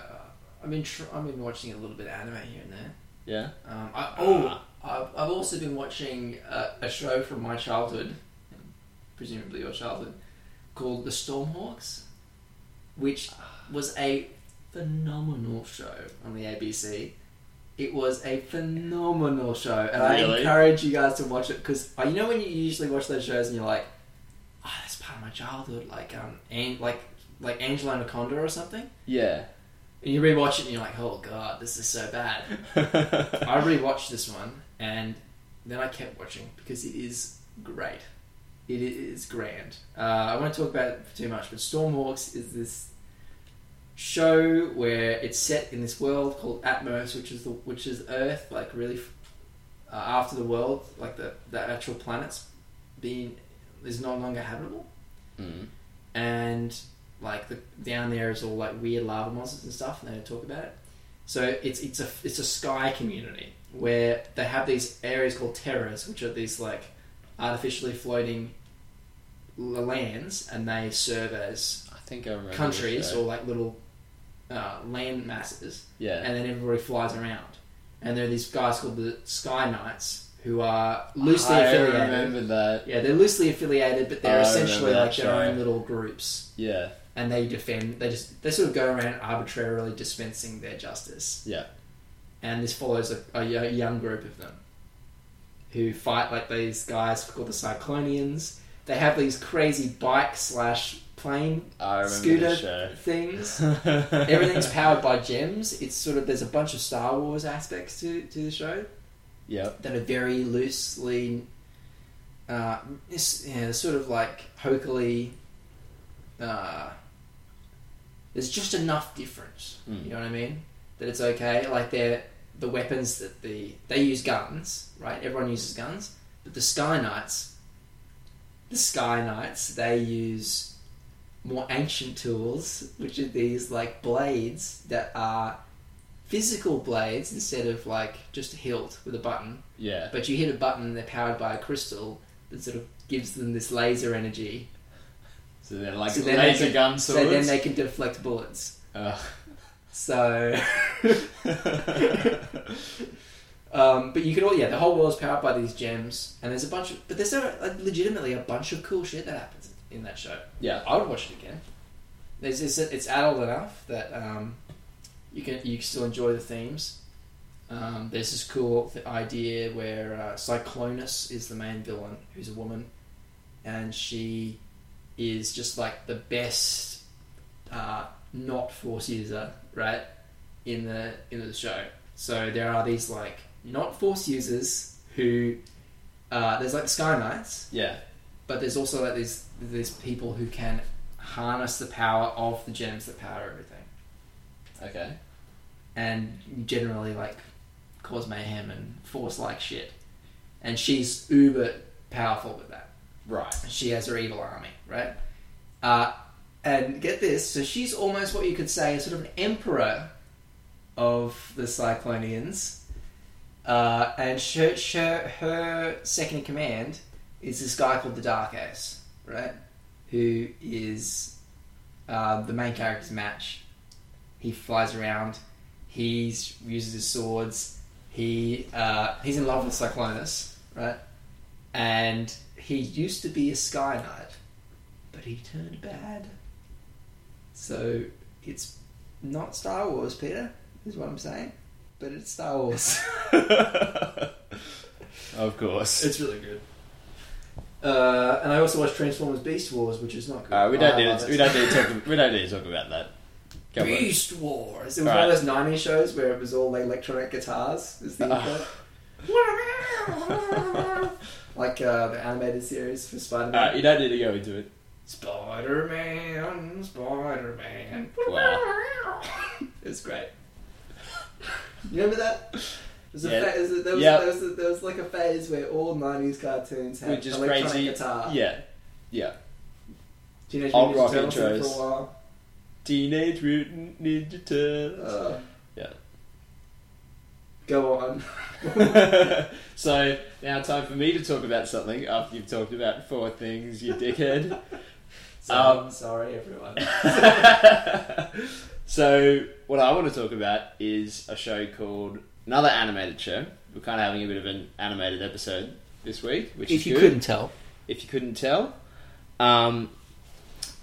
I've been tr- I've been watching a little bit of anime here and there. Yeah. Um, I, oh, I've, I've also been watching a, a show from my childhood, presumably your childhood, called The Stormhawks, which was a phenomenal show on the ABC. It was a phenomenal show, and I Really? encourage you guys to watch it because you know when you usually watch those shows and you're like, "Ah, that's part of my childhood," like um, and like like Angela Anaconda or something, Yeah. and you rewatch it and you're like, "Oh god, this is so bad." I rewatched this one and then I kept watching because it is great. It is grand. Uh, I won't talk about it too much, but Stormhawks is this show where it's set in this world called Atmos, which is the which is Earth, like really f- uh, after the world, like the the actual planets being is no longer habitable Mm. and like the down there is all like weird lava monsters and stuff, and they don't talk about it. So it's it's a it's a sky community where they have these areas called terras, which are these like artificially floating l- lands, and they serve as I think I remember. this countries show. or like little uh, land masses yeah. and then everybody flies around. And there are these guys called the Sky Knights who are loosely I affiliated. remember that. Yeah, they're loosely affiliated, but they're I essentially remember like that their show. own little groups, Yeah. and they defend. They just they sort of go around arbitrarily dispensing their justice. Yeah. And this follows a, a yo- young group of them who fight like these guys called the Cyclonians. They have these crazy bike slash plane I remember scooter this show. things. Everything's powered by gems. It's sort of there's a bunch of Star Wars aspects to, to the show Yep. that are very loosely, uh, it's, yeah, they're sort of like hokily. Uh, there's just enough difference. Mm. You know what I mean? That it's okay. Like they're the weapons that the they use guns, right? Everyone uses guns, but the Sky Knights, the Sky Knights, they use more ancient tools, which are these like blades that are physical blades instead of like just a hilt with a button. Yeah. But you hit a button, they're powered by a crystal that sort of gives them this laser energy. So they're like So then they laser can- gun So swords. then they can deflect bullets. Ugh. So, um, but you can all yeah, the whole world's powered by these gems, and there's a bunch of but there's a, like, legitimately a bunch of cool shit that happens in that show. yeah. I would watch it again. There's, it's, it's adult enough that um, you can you can still enjoy the themes. Um, there's this cool th- idea where uh, Cyclonus is the main villain, who's a woman, and she is just like the best uh, not force user, right? In the in the show, so there are these like not force users who uh, there's like Sky Knights, Yeah. but there's also like these these people who can harness the power of the gems that power everything, Okay. and generally like cause mayhem and force like shit. And she's uber powerful with that. Right. She has her evil army, right? Uh, and get this, so she's almost what you could say is sort of an emperor of the Cyclonians. Uh, and her, her, her second in command is this guy called the Dark Ace, right? Who is uh, the main character's match. He flies around, he uses his swords, he, uh, he's in love with Cyclonus, right? and he used to be a Sky Knight, but he turned bad. So it's not Star Wars, Peter, is what I'm saying, but it's Star Wars. of course. it's really good. Uh, and I also watched Transformers Beast Wars, which is not good. Ah, Uh, we don't I need love to, it. we don't need to talk we don't need to talk about that. Go on. Beast Wars. It was All one of those 90s shows where it was all the electronic guitars. Is the Ah. intro. like uh, the animated series for Spider Man. Alright, you don't need to go into it. Spider Man, Spider Man. Wow. It was great. You remember that? It was a Yeah. fa- it was a- there, was, Yeah. there, was a- there was like a phase where all 90s cartoons had Which is electronic crazy. guitar. Yeah. Yeah. Teenage Alt Mutant rock Ninja Turtles did it intros. for a while. Teenage Mutant Ninja Turtles. Uh, Yeah. Go on. Um, so now time for me to talk about something after you've talked about four things, you dickhead. Sorry, Um, sorry everyone. so what I want to talk about is a show called another animated show. We're kind of having a bit of an animated episode this week, which is good tell. if you couldn't tell. Um,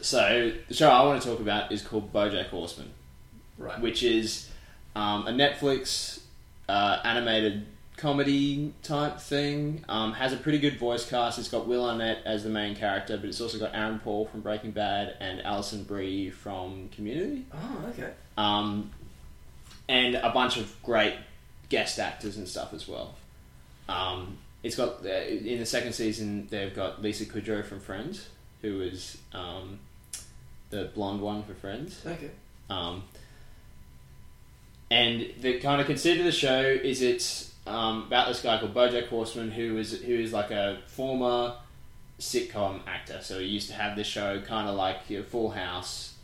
so the show I want to talk about is called BoJack Horseman, Right. which is um, a Netflix uh, animated comedy type thing. Um, has a pretty good voice cast. It's got Will Arnett as the main character, but it's also got Aaron Paul from Breaking Bad and Alison Brie from Community, Oh, okay. um, and a bunch of great guest actors and stuff as well. Um, it's got uh, in the second season they've got Lisa Kudrow from Friends, who is um, the blonde one for Friends. Okay. Um, and the kind of conceit of the show is it's um, about this guy called BoJack Horseman, who is who is like a former sitcom actor. So he used to have this show, kind of like your Full House,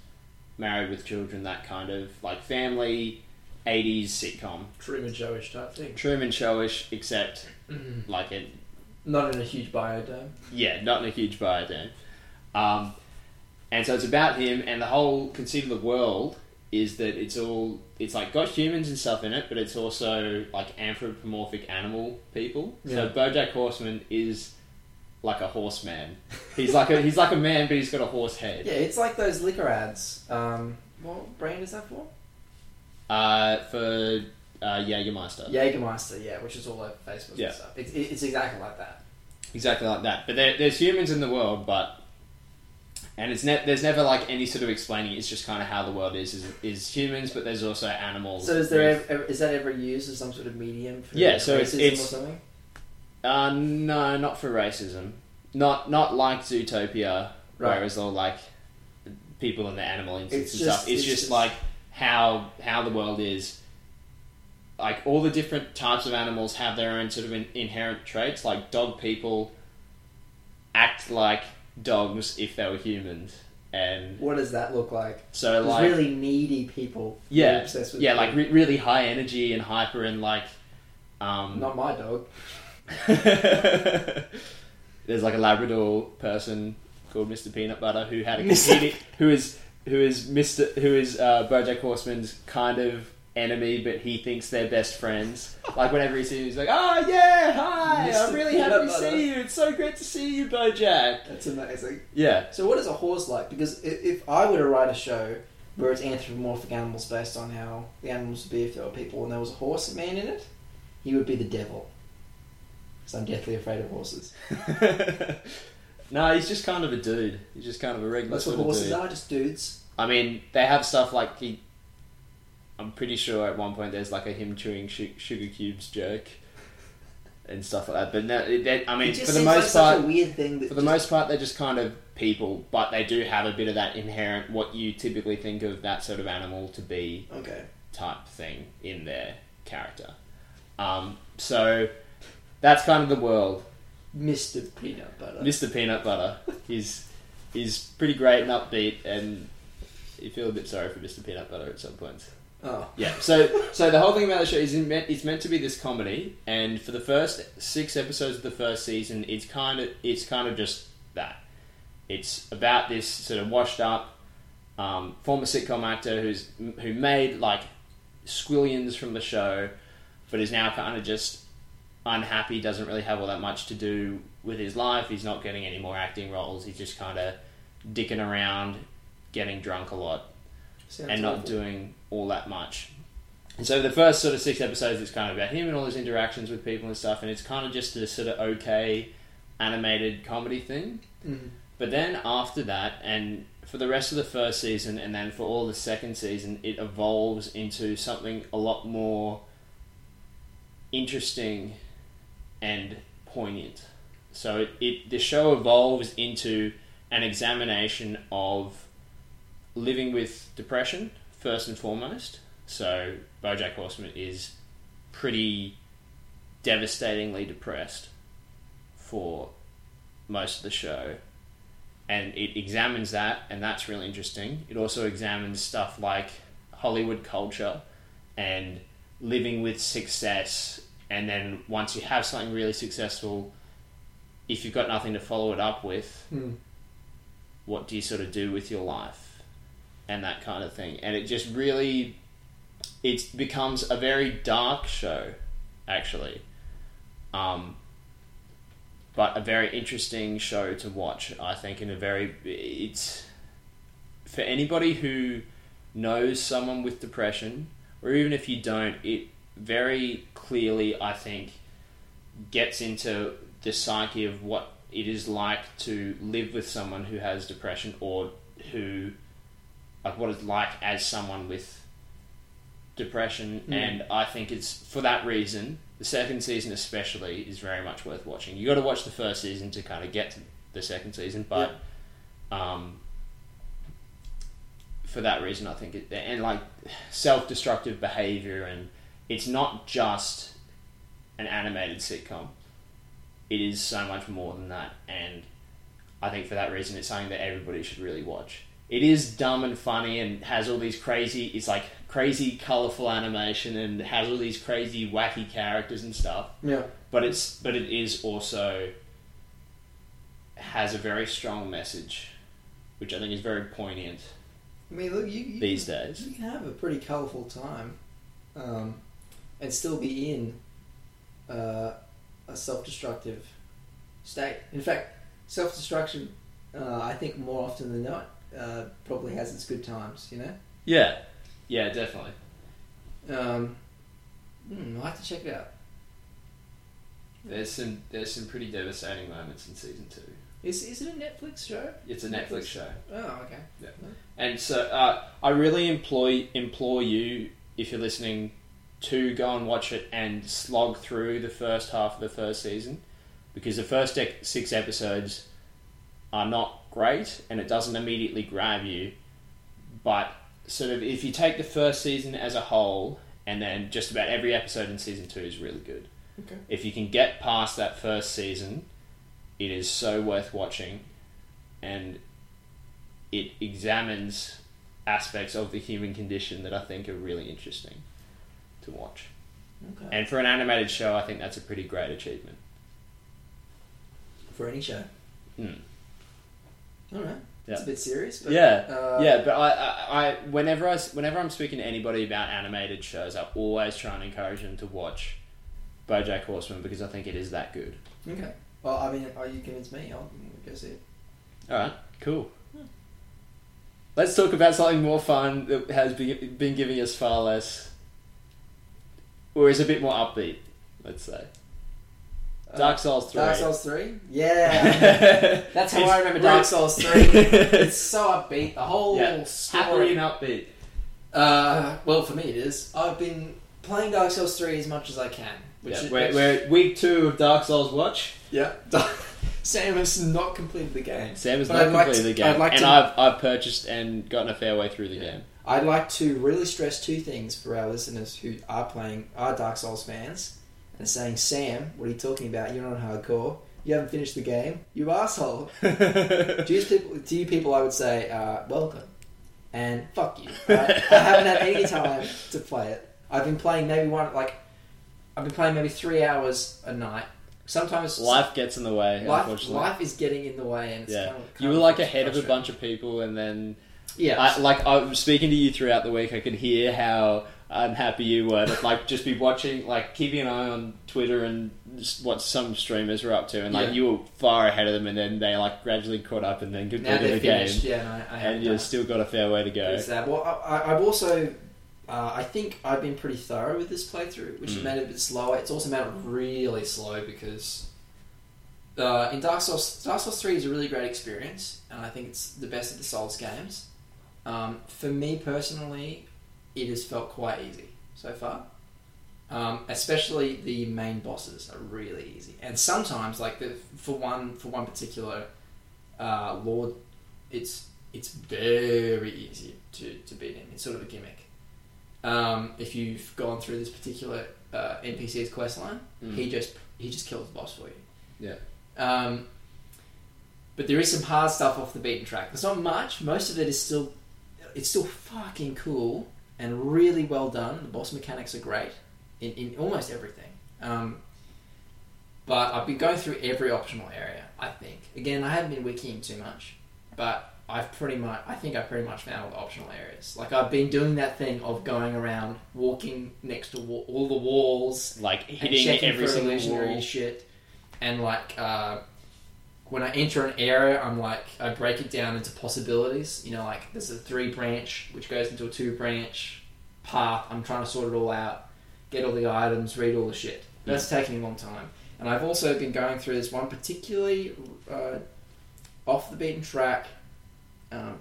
Married with Children, that kind of like family '80s sitcom, Truman Joe-ish type thing. Truman Showish, except like it Not in a huge biodome. yeah, not in a huge bio then. Um, and so it's about him, and the whole conceit of the world is that it's all it's like got humans and stuff in it, but it's also like anthropomorphic animal people. So Yeah. BoJack Horseman is like a horseman. He's like a he's like a man, but he's got a horse head. Yeah, it's like those liquor ads. Um, what brand is that for? Uh, for uh, Jägermeister, Jägermeister, yeah, which is all over Facebook Yeah. and stuff. It's, it- it's exactly like that. exactly like that. But there, there's humans in the world, but and it's ne- there's never like any sort of explaining. It's just kind of how the world is is, is humans, but there's also animals. So is there with- ev ev- is that ever used as some sort of medium for Yeah, so it's- racism it's- or something? Uh, no, not for racism. Not not like Zootopia, Right. where it's all like people and the animal instincts It's and just- stuff. It's, it's just, just- like how how the world is. Like all the different types of animals have their own sort of in, inherent traits. Like dog people act like dogs if they were humans, and What does that look like? so There's like really needy people. who are yeah, obsessed with yeah, food. like re- really high energy and hyper and like um, not my dog. There's like a Labrador person called Mr. Peanut Butter who had a Mr. comedic, who is who is Mr. who is uh, BoJack Horseman's kind of enemy, but he thinks they're best friends. Like whenever he sees, him, he's like, "Oh yeah, hi! Mr. I'm really happy Peanut to Butter." see you. It's so great to see you, BoJack." That's amazing. Yeah, So what is a horse like? Because if, if I were to write a show where it's anthropomorphic animals based on how the animals would be if they were people, and there was a horse man in it, he would be the devil. Because I'm deathly afraid of horses. no, he's just kind of a dude. He's just kind of a regular That's what sort of horses dude. are, just dudes. I mean, they have stuff like he. I'm pretty sure at one point there's like a him chewing su- sugar cubes joke, and stuff like that. But no, it- that, I mean, it just for the seems most like part, such a weird thing that for the most part, they're just kind of people, but they do have a bit of that inherent what you typically think of that sort of animal to be most okay. type thing in their character. Um, so that's kind of the world. Mr. Peanut Butter. Mr. Peanut Butter. He's he's pretty great and upbeat, and you feel a bit sorry for Mr. Peanut Butter at some points. oh, Yeah. So so the whole thing about the show is it meant, it's meant to be this comedy, and for the first six episodes of the first season, it's kind of it's kind of just that. It's about this sort of washed up um, former sitcom actor who's who made like squillions from the show, but is now kind of just unhappy, doesn't really have all that much to do with his life. He's not getting any more acting roles. He's just kind of dicking around, getting drunk a lot, Sounds and not awful. doing all that much. And so the first sort of six episodes is kind of about him and all his interactions with people and stuff, and it's kind of just a sort of okay animated comedy thing. Mhm. But then after that, and for the rest of the first season, and then for all the second season, it evolves into something a lot more interesting and poignant. So it, it the show evolves into an examination of living with depression first and foremost. So BoJack Horseman is pretty devastatingly depressed for most of the show and it examines that, and that's really interesting. It also examines stuff like Hollywood culture and living with success, and then once you have something really successful, if you've got nothing to follow it up with, Mm. what do you sort of do with your life and that kind of thing and it just really it becomes a very dark show actually um but a very interesting show to watch i think in a very it's for anybody who knows someone with depression or even if you don't it very clearly i think gets into the psyche of what it is like to live with someone who has depression or who like what it's like as someone with depression Mm. and I think it's for that reason the second season especially is very much worth watching. You got to watch the first season to kind of get to the second season but um for that reason I think it and like self-destructive behavior and it's not just an animated sitcom it is so much more than that and i think for that reason it's something that everybody should really watch it is dumb and funny and has all these crazy it's like crazy colorful animation and has all these crazy wacky characters and stuff Yeah. but it's but it is also has a very strong message which i think is very poignant I mean, look, you, you these days You can have a pretty colourful time, um, and still be in uh, a self-destructive state. In fact, self-destruction, uh, I think more often than not, uh, probably has its good times. You know, yeah yeah definitely um, hmm, I'll have to check it out. there's some there's some pretty devastating moments in season two Is is it a Netflix show? it's a netflix show Oh, okay. And so uh, I really employ implore you, if you're listening, to go and watch it and slog through the first half of the first season, because the first ec- six episodes are not great, and it doesn't immediately grab you. But sort of if you take the first season as a whole, and then just about every episode in season two is really good. Okay. If you can get past that first season, it is so worth watching, and it examines aspects of the human condition that I think are really interesting to watch. Okay. And for an animated show, I think that's a pretty great achievement. For any show. Mm. All right. It's Yeah. a bit serious, but Yeah. uh, yeah, but I, I, I whenever I, s- whenever I'm speaking to anybody about animated shows, I always try and encourage them to watch BoJack Horseman because I think it is that good. Okay. Well, I mean, are you convinced me? I'll go see it. All right, cool. Let's talk about something more fun that has been, been giving us far less, or is a bit more upbeat. Let's say Dark Souls three. Uh, Dark Souls Three. Yeah. That's how I remember Dark Souls 3. it's so upbeat. The whole Yeah. story. upbeat. Uh, well, for me it is. I've been playing Dark Souls 3 as much as I can. Which Yeah, is, we're, we're at week two of Dark Souls Watch. yeah. Sam has not completed the game. Sam has But not I'd like completed to- the game, I'd like and to- I've I've purchased and gotten a fair way through the Yeah. game. I'd like to really stress two things for our listeners who are playing, are Dark Souls fans, and saying, Sam, what are you talking about? You're not hardcore. You haven't finished the game. You asshole. To you people, to you people I would say, uh, welcome and fuck you. I, I haven't had any time to play it. I've been playing maybe one, like, I've been playing maybe three hours a night. Sometimes life gets in the way. life, unfortunately. life is getting in the way, and it's Yeah. kind of, you kind were of like ahead of a frustrating. bunch of people, and then Yeah, I, like I was speaking to you throughout the week, I could hear how I'm happy you were to like just be watching, like keeping an eye on Twitter and just what some streamers were up to, and like Yeah. you were far ahead of them, and then they like gradually caught up and then Now completed they're the game, finished. Yeah, no, I haven't and you've done. still got a fair way to go. There's that. Well, I, I- I've also, uh, I think I've been pretty thorough with this playthrough, which Mm. has made it a bit slower. It's also made it really slow because uh, in Dark Souls, Dark Souls Three is a really great experience, and I think it's the best of the Souls games. Um, for me personally, it has felt quite easy so far. Um, especially the main bosses are really easy, and sometimes like the, for one for one particular uh, lord, it's it's very easy to, to beat him. It's sort of a gimmick. Um, if you've gone through this particular uh, NPC's quest line, Mm. he just he just kills the boss for you. Yeah. Um, but there is some hard stuff off the beaten track. It's not much. Most of it is still it's still fucking cool and really well done. The boss mechanics are great in, in almost everything. Um, but I've been going through every optional area. I think again, I haven't been wikiing too much, but I've pretty much I think I pretty much found all the optional areas. Like I've been doing that thing of going around, walking next to wa- all the walls like and hitting checking every for single illusionary wall. shit. And like uh, when I enter an area, I'm like I break it down into possibilities. You know, like there's a three branch which goes into a two branch path. I'm trying to sort it all out, get all the items, read all the shit. That's taking a long time. And I've also been going through this one particularly uh, off the beaten track um,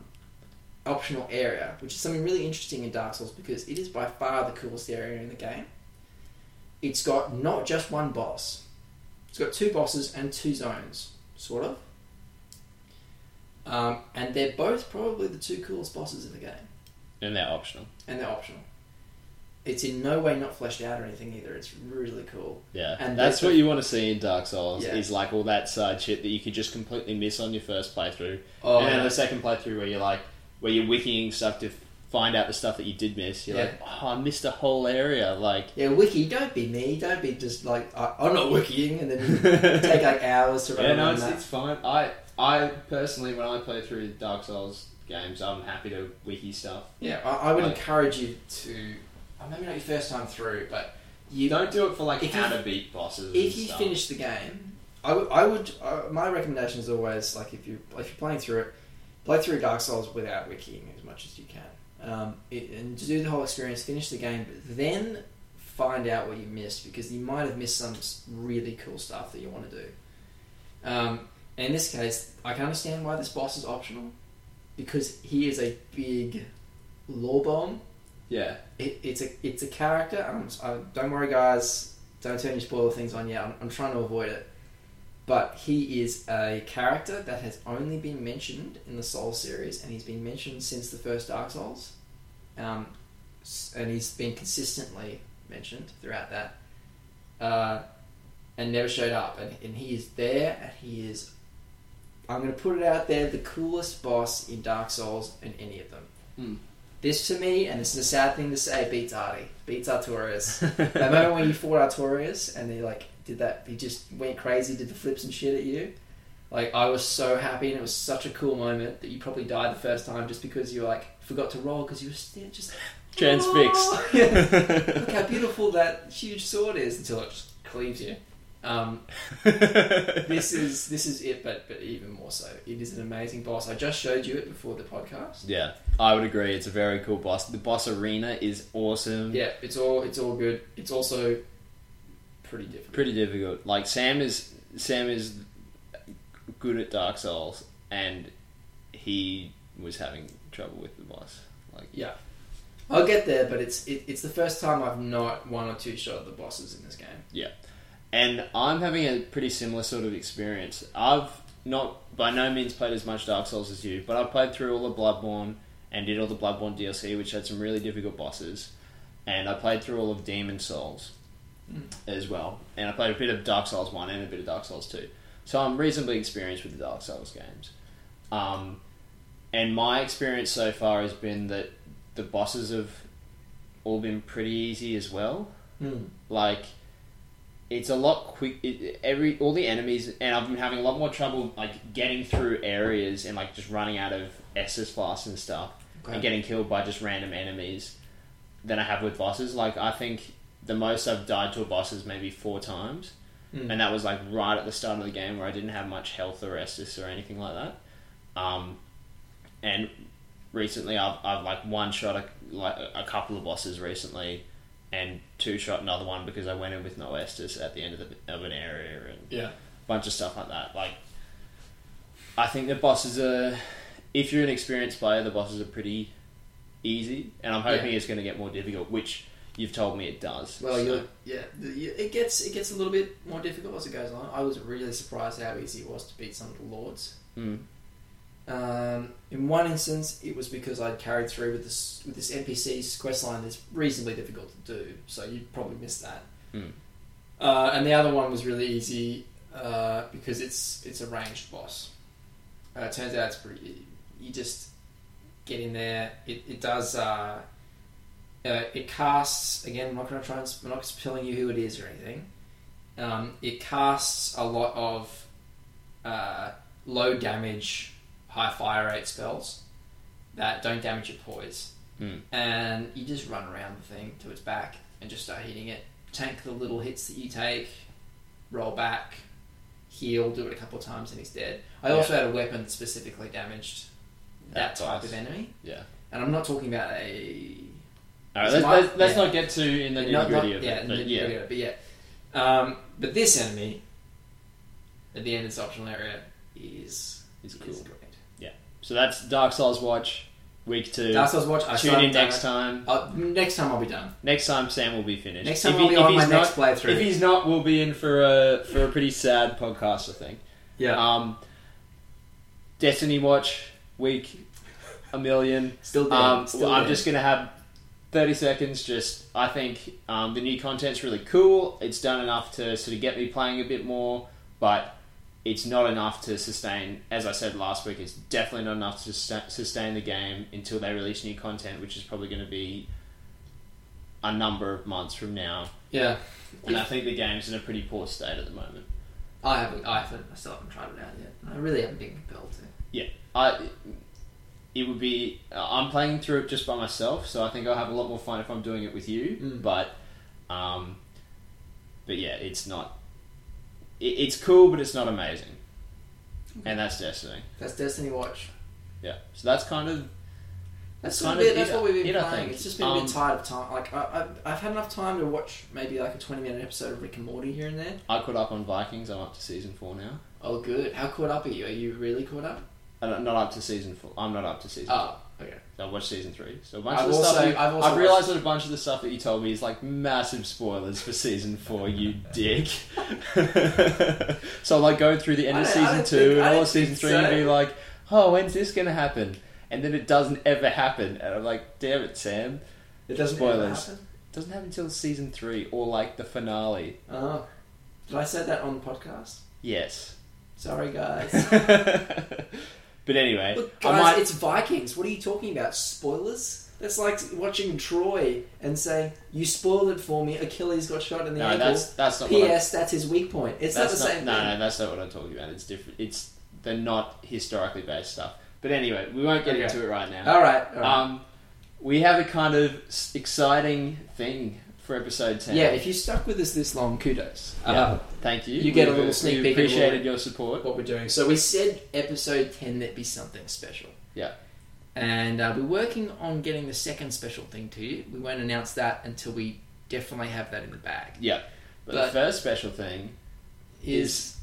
optional area, which is something really interesting in Dark Souls because it is by far the coolest area in the game. It's got not just one boss, it's got two bosses and two zones, sort of. Um, and they're both probably the two coolest bosses in the game, and they're optional. and they're optional. It's in no way not fleshed out or anything either. It's really cool. Yeah, And that's they- what you want to see in Dark Souls Yeah. is like all that side shit that you could just completely miss on your first playthrough, Oh, and then yeah. the second playthrough where you're like where you're wikiing stuff to f- find out the stuff that you did miss. You're Yeah. like, oh, I missed a whole area. Like, Yeah, wiki, don't be me. Don't be just like, I, I'm not wikiing, and then you take like hours to run yeah, no, around it's, that. it's fine. I I personally, when I play through Dark Souls games, I'm happy to wiki stuff. Yeah, I, I would Like- encourage you to, oh, maybe not your first time through, but you You don't do it for like If how you- to beat bosses. if and you stuff. finish the game, I would. I would uh, my recommendation is always like if you if you're playing through it, play through Dark Souls without wikiing as much as you can, um, it, and to do the whole experience, finish the game, but then find out what you missed because you might have missed some s- really cool stuff that you want to do. Um, and in this case, I can understand why this boss is optional because he is a big law bomb yeah, it, it's a it's a character. I'm, I, don't worry, guys. Don't turn your spoiler things on yet. I'm, I'm trying to avoid it. But he is a character that has only been mentioned in the Soul series, and he's been mentioned since the first Dark Souls, um, s- and he's been consistently mentioned throughout that, uh, and never showed up. And, and he is there, and he is. I'm going to put it out there: the coolest boss in Dark Souls in any of them. This to me, and this is a sad thing to say, beats Artie. Beats Artorias. that moment when you fought Artorias and he like did that he just went crazy, did the flips and shit at you. Like I was so happy and it was such a cool moment that you probably died the first time just because you like forgot to roll because you were still just transfixed. Yeah. Look how beautiful that huge sword is until it just cleaves you. Um, this is this is it, but but even more so. It is an amazing boss. I just showed you it before the podcast. Yeah, I would agree. It's a very cool boss. The boss arena is awesome. Yeah, it's all it's all good. It's also pretty difficult. pretty difficult. Like Sam is Sam is good at Dark Souls, and he was having trouble with the boss. Like Yeah, I'll get there, but it's it, it's the first time I've not one or two shot the bosses in this game. and I'm having a pretty similar sort of experience. I've not by no means played as much Dark Souls as you, but I played through all the Bloodborne and did all the Bloodborne DLC, which had some really difficult bosses, and I played through all of Demon Souls Mm. as well, and I played a bit of Dark Souls one and a bit of Dark Souls two, so I'm reasonably experienced with the Dark Souls games. Um, and my experience so far has been that the bosses have all been pretty easy as well Hmm. like it's a lot quick it, every all the enemies and i've been having a lot more trouble like getting through areas and like just running out of s's fast and stuff and getting killed by just random enemies than I have with bosses. Like I think the most I've died to a boss is maybe four times, Mm. and that was like right at the start of the game where I didn't have much health or Estus or anything like that. Um, and recently, I've I've like one shot a, like a couple of bosses recently, and two shot another one because I went in with no Estus at the end of the, of an area and yeah. bunch of stuff like that. Like, I think the bosses are, if you're an experienced player, the bosses are pretty easy, and I'm hoping Yeah. it's going to get more difficult, which you've told me it does. Well, so- you're, yeah, the- you- it gets it gets a little bit more difficult as it goes on. I was really surprised how easy it was to beat some of the lords. Mm. Um, in one instance, it was because I'd carried through with this with this NPC's quest line that's reasonably difficult to do, so you probably missed that. Mm. Uh, and the other one was really easy uh, because it's it's a ranged boss. Uh, it turns out it's pretty. You just get in there. It it does. Uh, uh, it casts again. I'm not going to try and sp- I'm not telling you who it is or anything. Um, it casts a lot of uh, low damage, high fire rate spells that don't damage your poise, Mm. and you just run around the thing to its back and just start hitting it. Tank the little hits that you take, roll back, heal, do it a couple of times, and he's dead. I Yeah. also had a weapon that specifically damaged that, That type class. of enemy, Yeah. and I'm not talking about a All right. It's Let's, my- let's, let's yeah. not get too in the nitty Not- not- gritty of yeah, it. But nitty-gritty yeah. of it, but yeah. Um, but this enemy at the end of this optional area is It's is cool. great. So that's Dark Souls Watch week two. Dark Souls Watch. I Tune in next time. Uh, next time I'll be done. Next time Sam will be finished. Next time If I'll be he- if on my he's next not- playthrough. If he's not, we'll be in for a for a pretty sad podcast, I think. yeah, Um, Destiny Watch week a million. still dead. Um, still I'm dead. just gonna have 30 seconds. Just I think um, the new content's really cool. It's done enough to sort of get me playing a bit more, but it's not enough to sustain. As I said last week, it's definitely not enough to susta- sustain the game until they release new content, which is probably going to be a number of months from now. yeah. And I think the game's in a pretty poor state at the moment. I haven't. I haven't. I still haven't tried it out yet. I really haven't been compelled to. I it would be uh, I'm playing through it just by myself, so I think I'll have a lot more fun if I'm doing it with you. Mm. But um, but yeah, it's not. It, it's cool, but it's not amazing, Okay. and that's Destiny. That's Destiny Watch. Yeah, so that's kind of That's, Kind what we- of that's it, what we've been it, I playing. think. It's just been a Um, bit tired of time. Like I, I, I've had enough time to watch maybe like a twenty-minute episode of Rick and Morty here and there. I caught up on Vikings. I'm up to season four now. Oh, good. How caught up are you? Are you really caught up? I'm not- not up to season four. I'm not up to season. four. Oh, okay. So I watched season three. So a bunch I've of the also- stuff you, I've I've, also realized that a bunch of the stuff that you told me is like massive spoilers for season four. You dick. so like go through the end of I don't- I season don't two think- and I all don't of season think three, so. and be like, "Oh, when's this gonna happen?" And then it doesn't ever happen, and I'm like, "Damn it, Sam! It doesn't Spoilers. Happen. It doesn't happen until season three or like the finale." Oh, did I say that on the podcast? Yes. Sorry, guys. but anyway, Look, I guys, might. it's Vikings. What are you talking about? Spoilers? That's like watching Troy and saying, "You spoiled it for me. Achilles got shot in the No, ankle." that's that's not what I'm P.S. That's his weak point. It's not the that's same No, thing. no, that's not what I'm talking about. It's different. It's the not historically based stuff. But anyway, we won't get Okay. into it right now. All right. All right. Um, we have a kind of s- exciting thing for episode ten. yeah, if you stuck with us this long, kudos. Yeah. Uh, Thank you. You get a We- little we sneak peek of Appreciated what- your support. what we're doing. So we said episode ten there'd be something special. Yeah. And uh, we're working on getting the second special thing to you. We won't announce that until we definitely have that in the bag. Yeah. But, But- the first special thing Is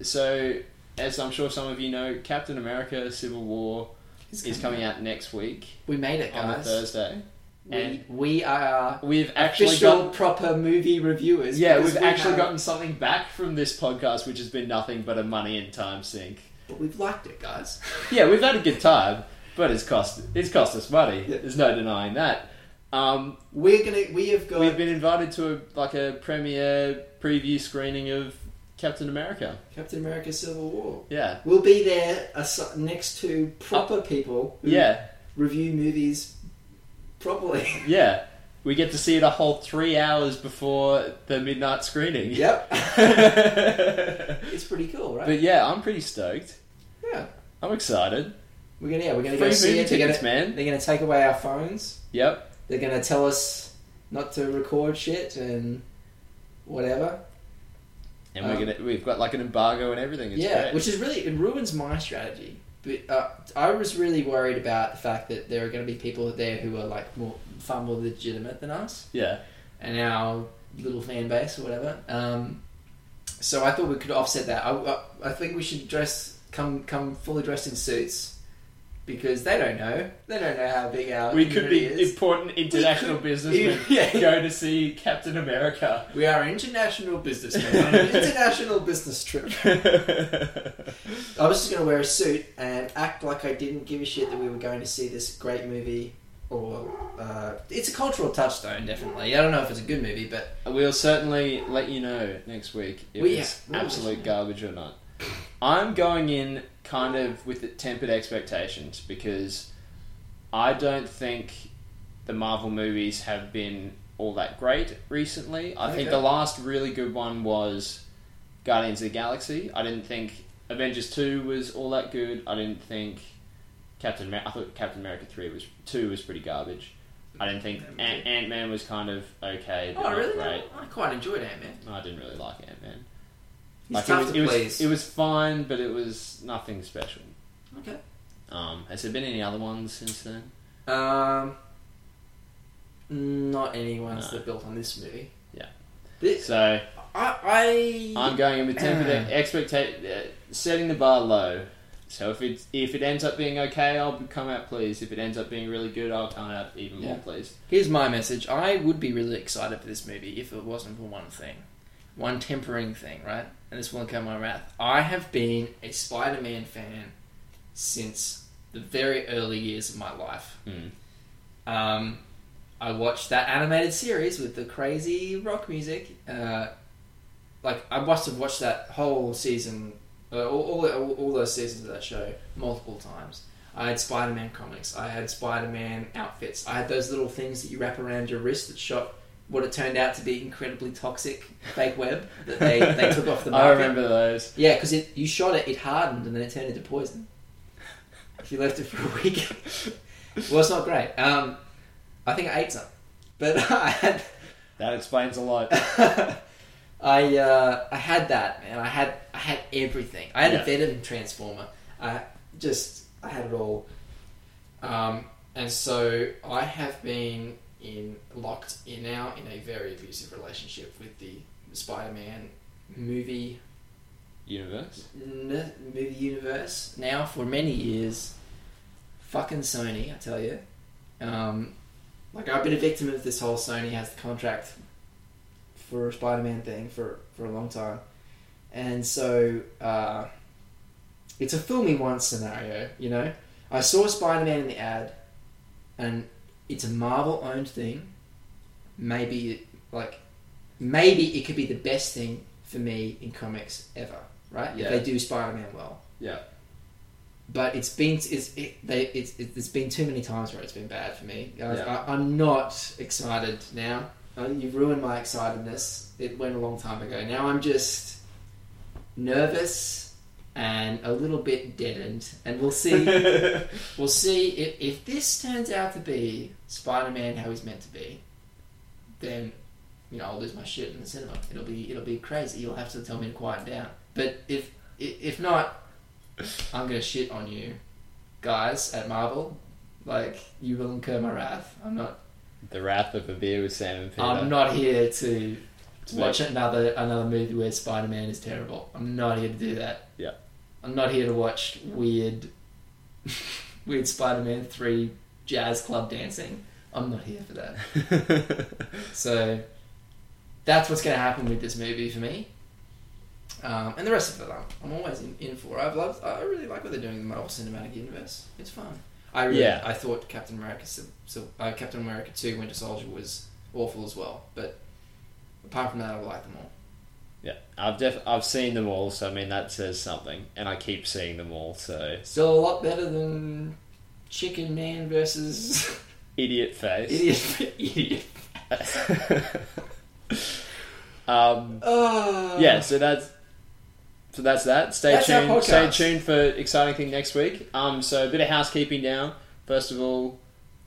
is so, as I'm sure some of you know, Captain America: Civil War is coming out next week We made it, on a guys. Thursday. We, And- we are We've actually official got proper movie reviewers. Yeah, because we've actually have- gotten something back from this podcast, which has been nothing but a money and time sink. But we've liked it, guys. Yeah, we've had a good time, but it's cost it's cost us money. Yeah. There's no denying that. Um, We're gonna. We have got. we've been invited to a, like a premiere preview screening of Captain America. Captain America: Civil War. Yeah, We'll be there as- next to proper people who yeah, review movies properly. yeah. We get to see it a whole three hours before the midnight screening. yep, but it's pretty cool, right? yeah, I'm pretty stoked. yeah, I'm excited. we're gonna. Yeah, we're gonna Free go see movie it. They're tickets, gonna, man. they're gonna take away our phones. Yep. They're going to tell us not to record shit and whatever. and Um, we're gonna we've got like an embargo and everything. It's yeah, great. which is really it ruins my strategy. But uh, I was really worried about the fact that there are going to be people there who are like more far more legitimate than us yeah, and our little fan base or whatever. Um, so I thought we could offset that. I, I, I think we should dress come come fully dressed in suits because they don't know they don't know how big our we could be community is. important international businessmen. Yeah. go to see Captain America. We are international businessmen on an international business trip. I was just going to wear a suit and act like I didn't give a shit that we were going to see this great movie. Or uh, it's a cultural touchstone, definitely. I don't know if it's a good movie, but We'll certainly let you know next week if We- it's yeah, we will. absolute garbage or not. I'm going in kind of with the tempered expectations because I don't think the Marvel movies have been all that great recently. I think Okay. the last really good one was Guardians of the Galaxy. I didn't think Avengers 2 was all that good. I didn't think Captain America. I thought Captain America 3 was 2 was pretty garbage. I didn't think Ant- Ant-Man was kind of okay, but oh not really? great. I quite enjoyed Ant Man. No, I didn't really like Ant Man. He's Like it tough was, to it was please. it was fine, but it was nothing special. okay. Um, has there been any other ones since then? Um, not anyone's No. that built on this movie. Yeah. This So I I I'm going in with tempered expectation, uh, setting the bar low. So if it if it ends up being okay, I'll come out pleased. If it ends up being really good, I'll come out even more Yeah. pleased. Here's my message. I would be really excited for this movie if it wasn't for one thing. One tempering thing, right? And this will incur my wrath. I have been a Spider Man fan since the very early years of my life. Hmm. Um, I watched that animated series with the crazy rock music. Uh, like, I must have watched that whole season, uh, all, all, all, all those seasons of that show, multiple times. I had Spider Man comics. I had Spider Man outfits. I had those little things that you wrap around your wrist that shot what it turned out to be incredibly toxic fake web that they, they took off the market. I remember those. Yeah, because you shot it, it hardened and then it turned into poison. If you left it for a week, well, it's not great. Um, I think I ate some, but I had That explains a lot. I uh, I had that man. I had I had everything. I had Yeah. a Venom Transformer. I just I had it all. Um, and so I have been in locked in now in a very abusive relationship with the Spider-Man movie Universe. n- movie universe now for many years. Fucking Sony, I tell you. Um, like I've been a victim of this whole Sony has the contract for a Spider-Man thing for for a long time, and so uh, it's a fool me once scenario. You know, I saw Spider-Man in the ad, and it's a Marvel-owned thing. Maybe like maybe it could be the best thing for me in comics ever. Right? Yeah. If they do Spider-Man well Yeah. but it's been it's it, they it's it, it's been too many times where it's been bad for me. I, Yeah. I, I'm not excited now. Uh, You've ruined my excitedness. It went a long time ago. Now I'm just nervous and a little bit deadened. And we'll see. we'll see if, if this turns out to be Spider-Man how he's meant to be. Then you know I'll lose my shit in the cinema. It'll be it'll be crazy. You'll have to tell me to quiet down. But if i- if not, I'm gonna shit on you, guys at Marvel. Like you will incur my wrath. I'm not. the Wrath of a Beer with Sam and Peter. I'm not here to To watch another another movie where Spider-Man is terrible. I'm not here to do that. Yeah. I'm not here to watch weird weird Spider-Man 3 jazz club dancing. I'm not here for that. So that's what's going to happen with this movie for me. Um, and the rest of it, I'm, I'm always in, in for. I've loved. I really like what they're doing in the Marvel Cinematic Universe. It's fun. I really, Yeah. I thought Captain America, Civ- Civ- uh, Captain America Two: Winter Soldier was awful as well. But apart from that, I like them all. yeah, I've def- I've seen them all, so I mean that says something, and I keep seeing them all, so Still a lot better than Chicken Man versus idiot face. Idiot. Idiot. um, Oh. yeah, so that's so that's that. Stay That's our tuned. Stay podcast. tuned for exciting thing next week. Um, so a bit of housekeeping now. First of all,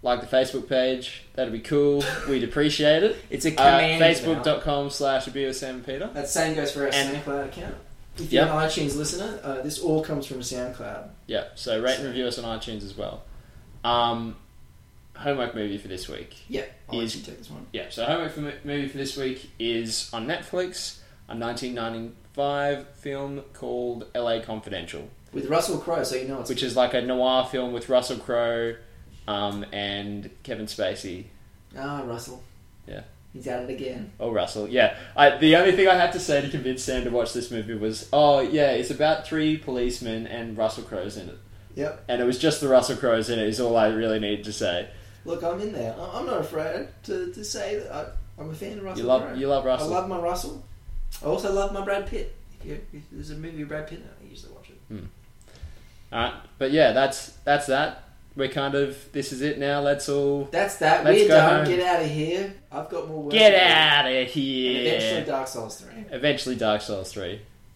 like the Facebook page. That'd be cool. We'd appreciate it. It's a Uh, command. now. Facebook.com slash abuse Sam and Peter. That same goes for our And- SoundCloud account. If Yep. you're an iTunes listener, uh, this all comes from SoundCloud. Yeah, so rate and review us on iTunes as well. Um, homework movie for this week. Yeah, I'll let Is- you take this one. Yeah, so homework for, movie for this week is on Netflix, a 1995 film called LA Confidential, With Russell Crowe, so you know it's which is like a noir film with Russell Crowe um, and Kevin Spacey. Ah, Russell. Yeah. He's at it again. Oh, Russell, yeah. I, the only thing I had to say to convince Sam to watch this movie was, oh, yeah, it's about three policemen and Russell Crowe's in it. Yep. And it was just the Russell Crowe's in it, is all I really needed to say. Look, I'm in there. I- I'm not afraid to, to say that I, I'm a fan of Russell You love, Crowe. you love Russell. I love my Russell. I also love my Brad Pitt. If, you, if there's a movie with Brad Pitt, in it, I usually watch it. Alright, but yeah, that's that's that. We're kind of this is it now. Let's all That's that. Let's We're go done. home. Get out of here. I've got more work. get to do. out of And eventually, here. Dark Souls 3. Eventually, Dark Souls three.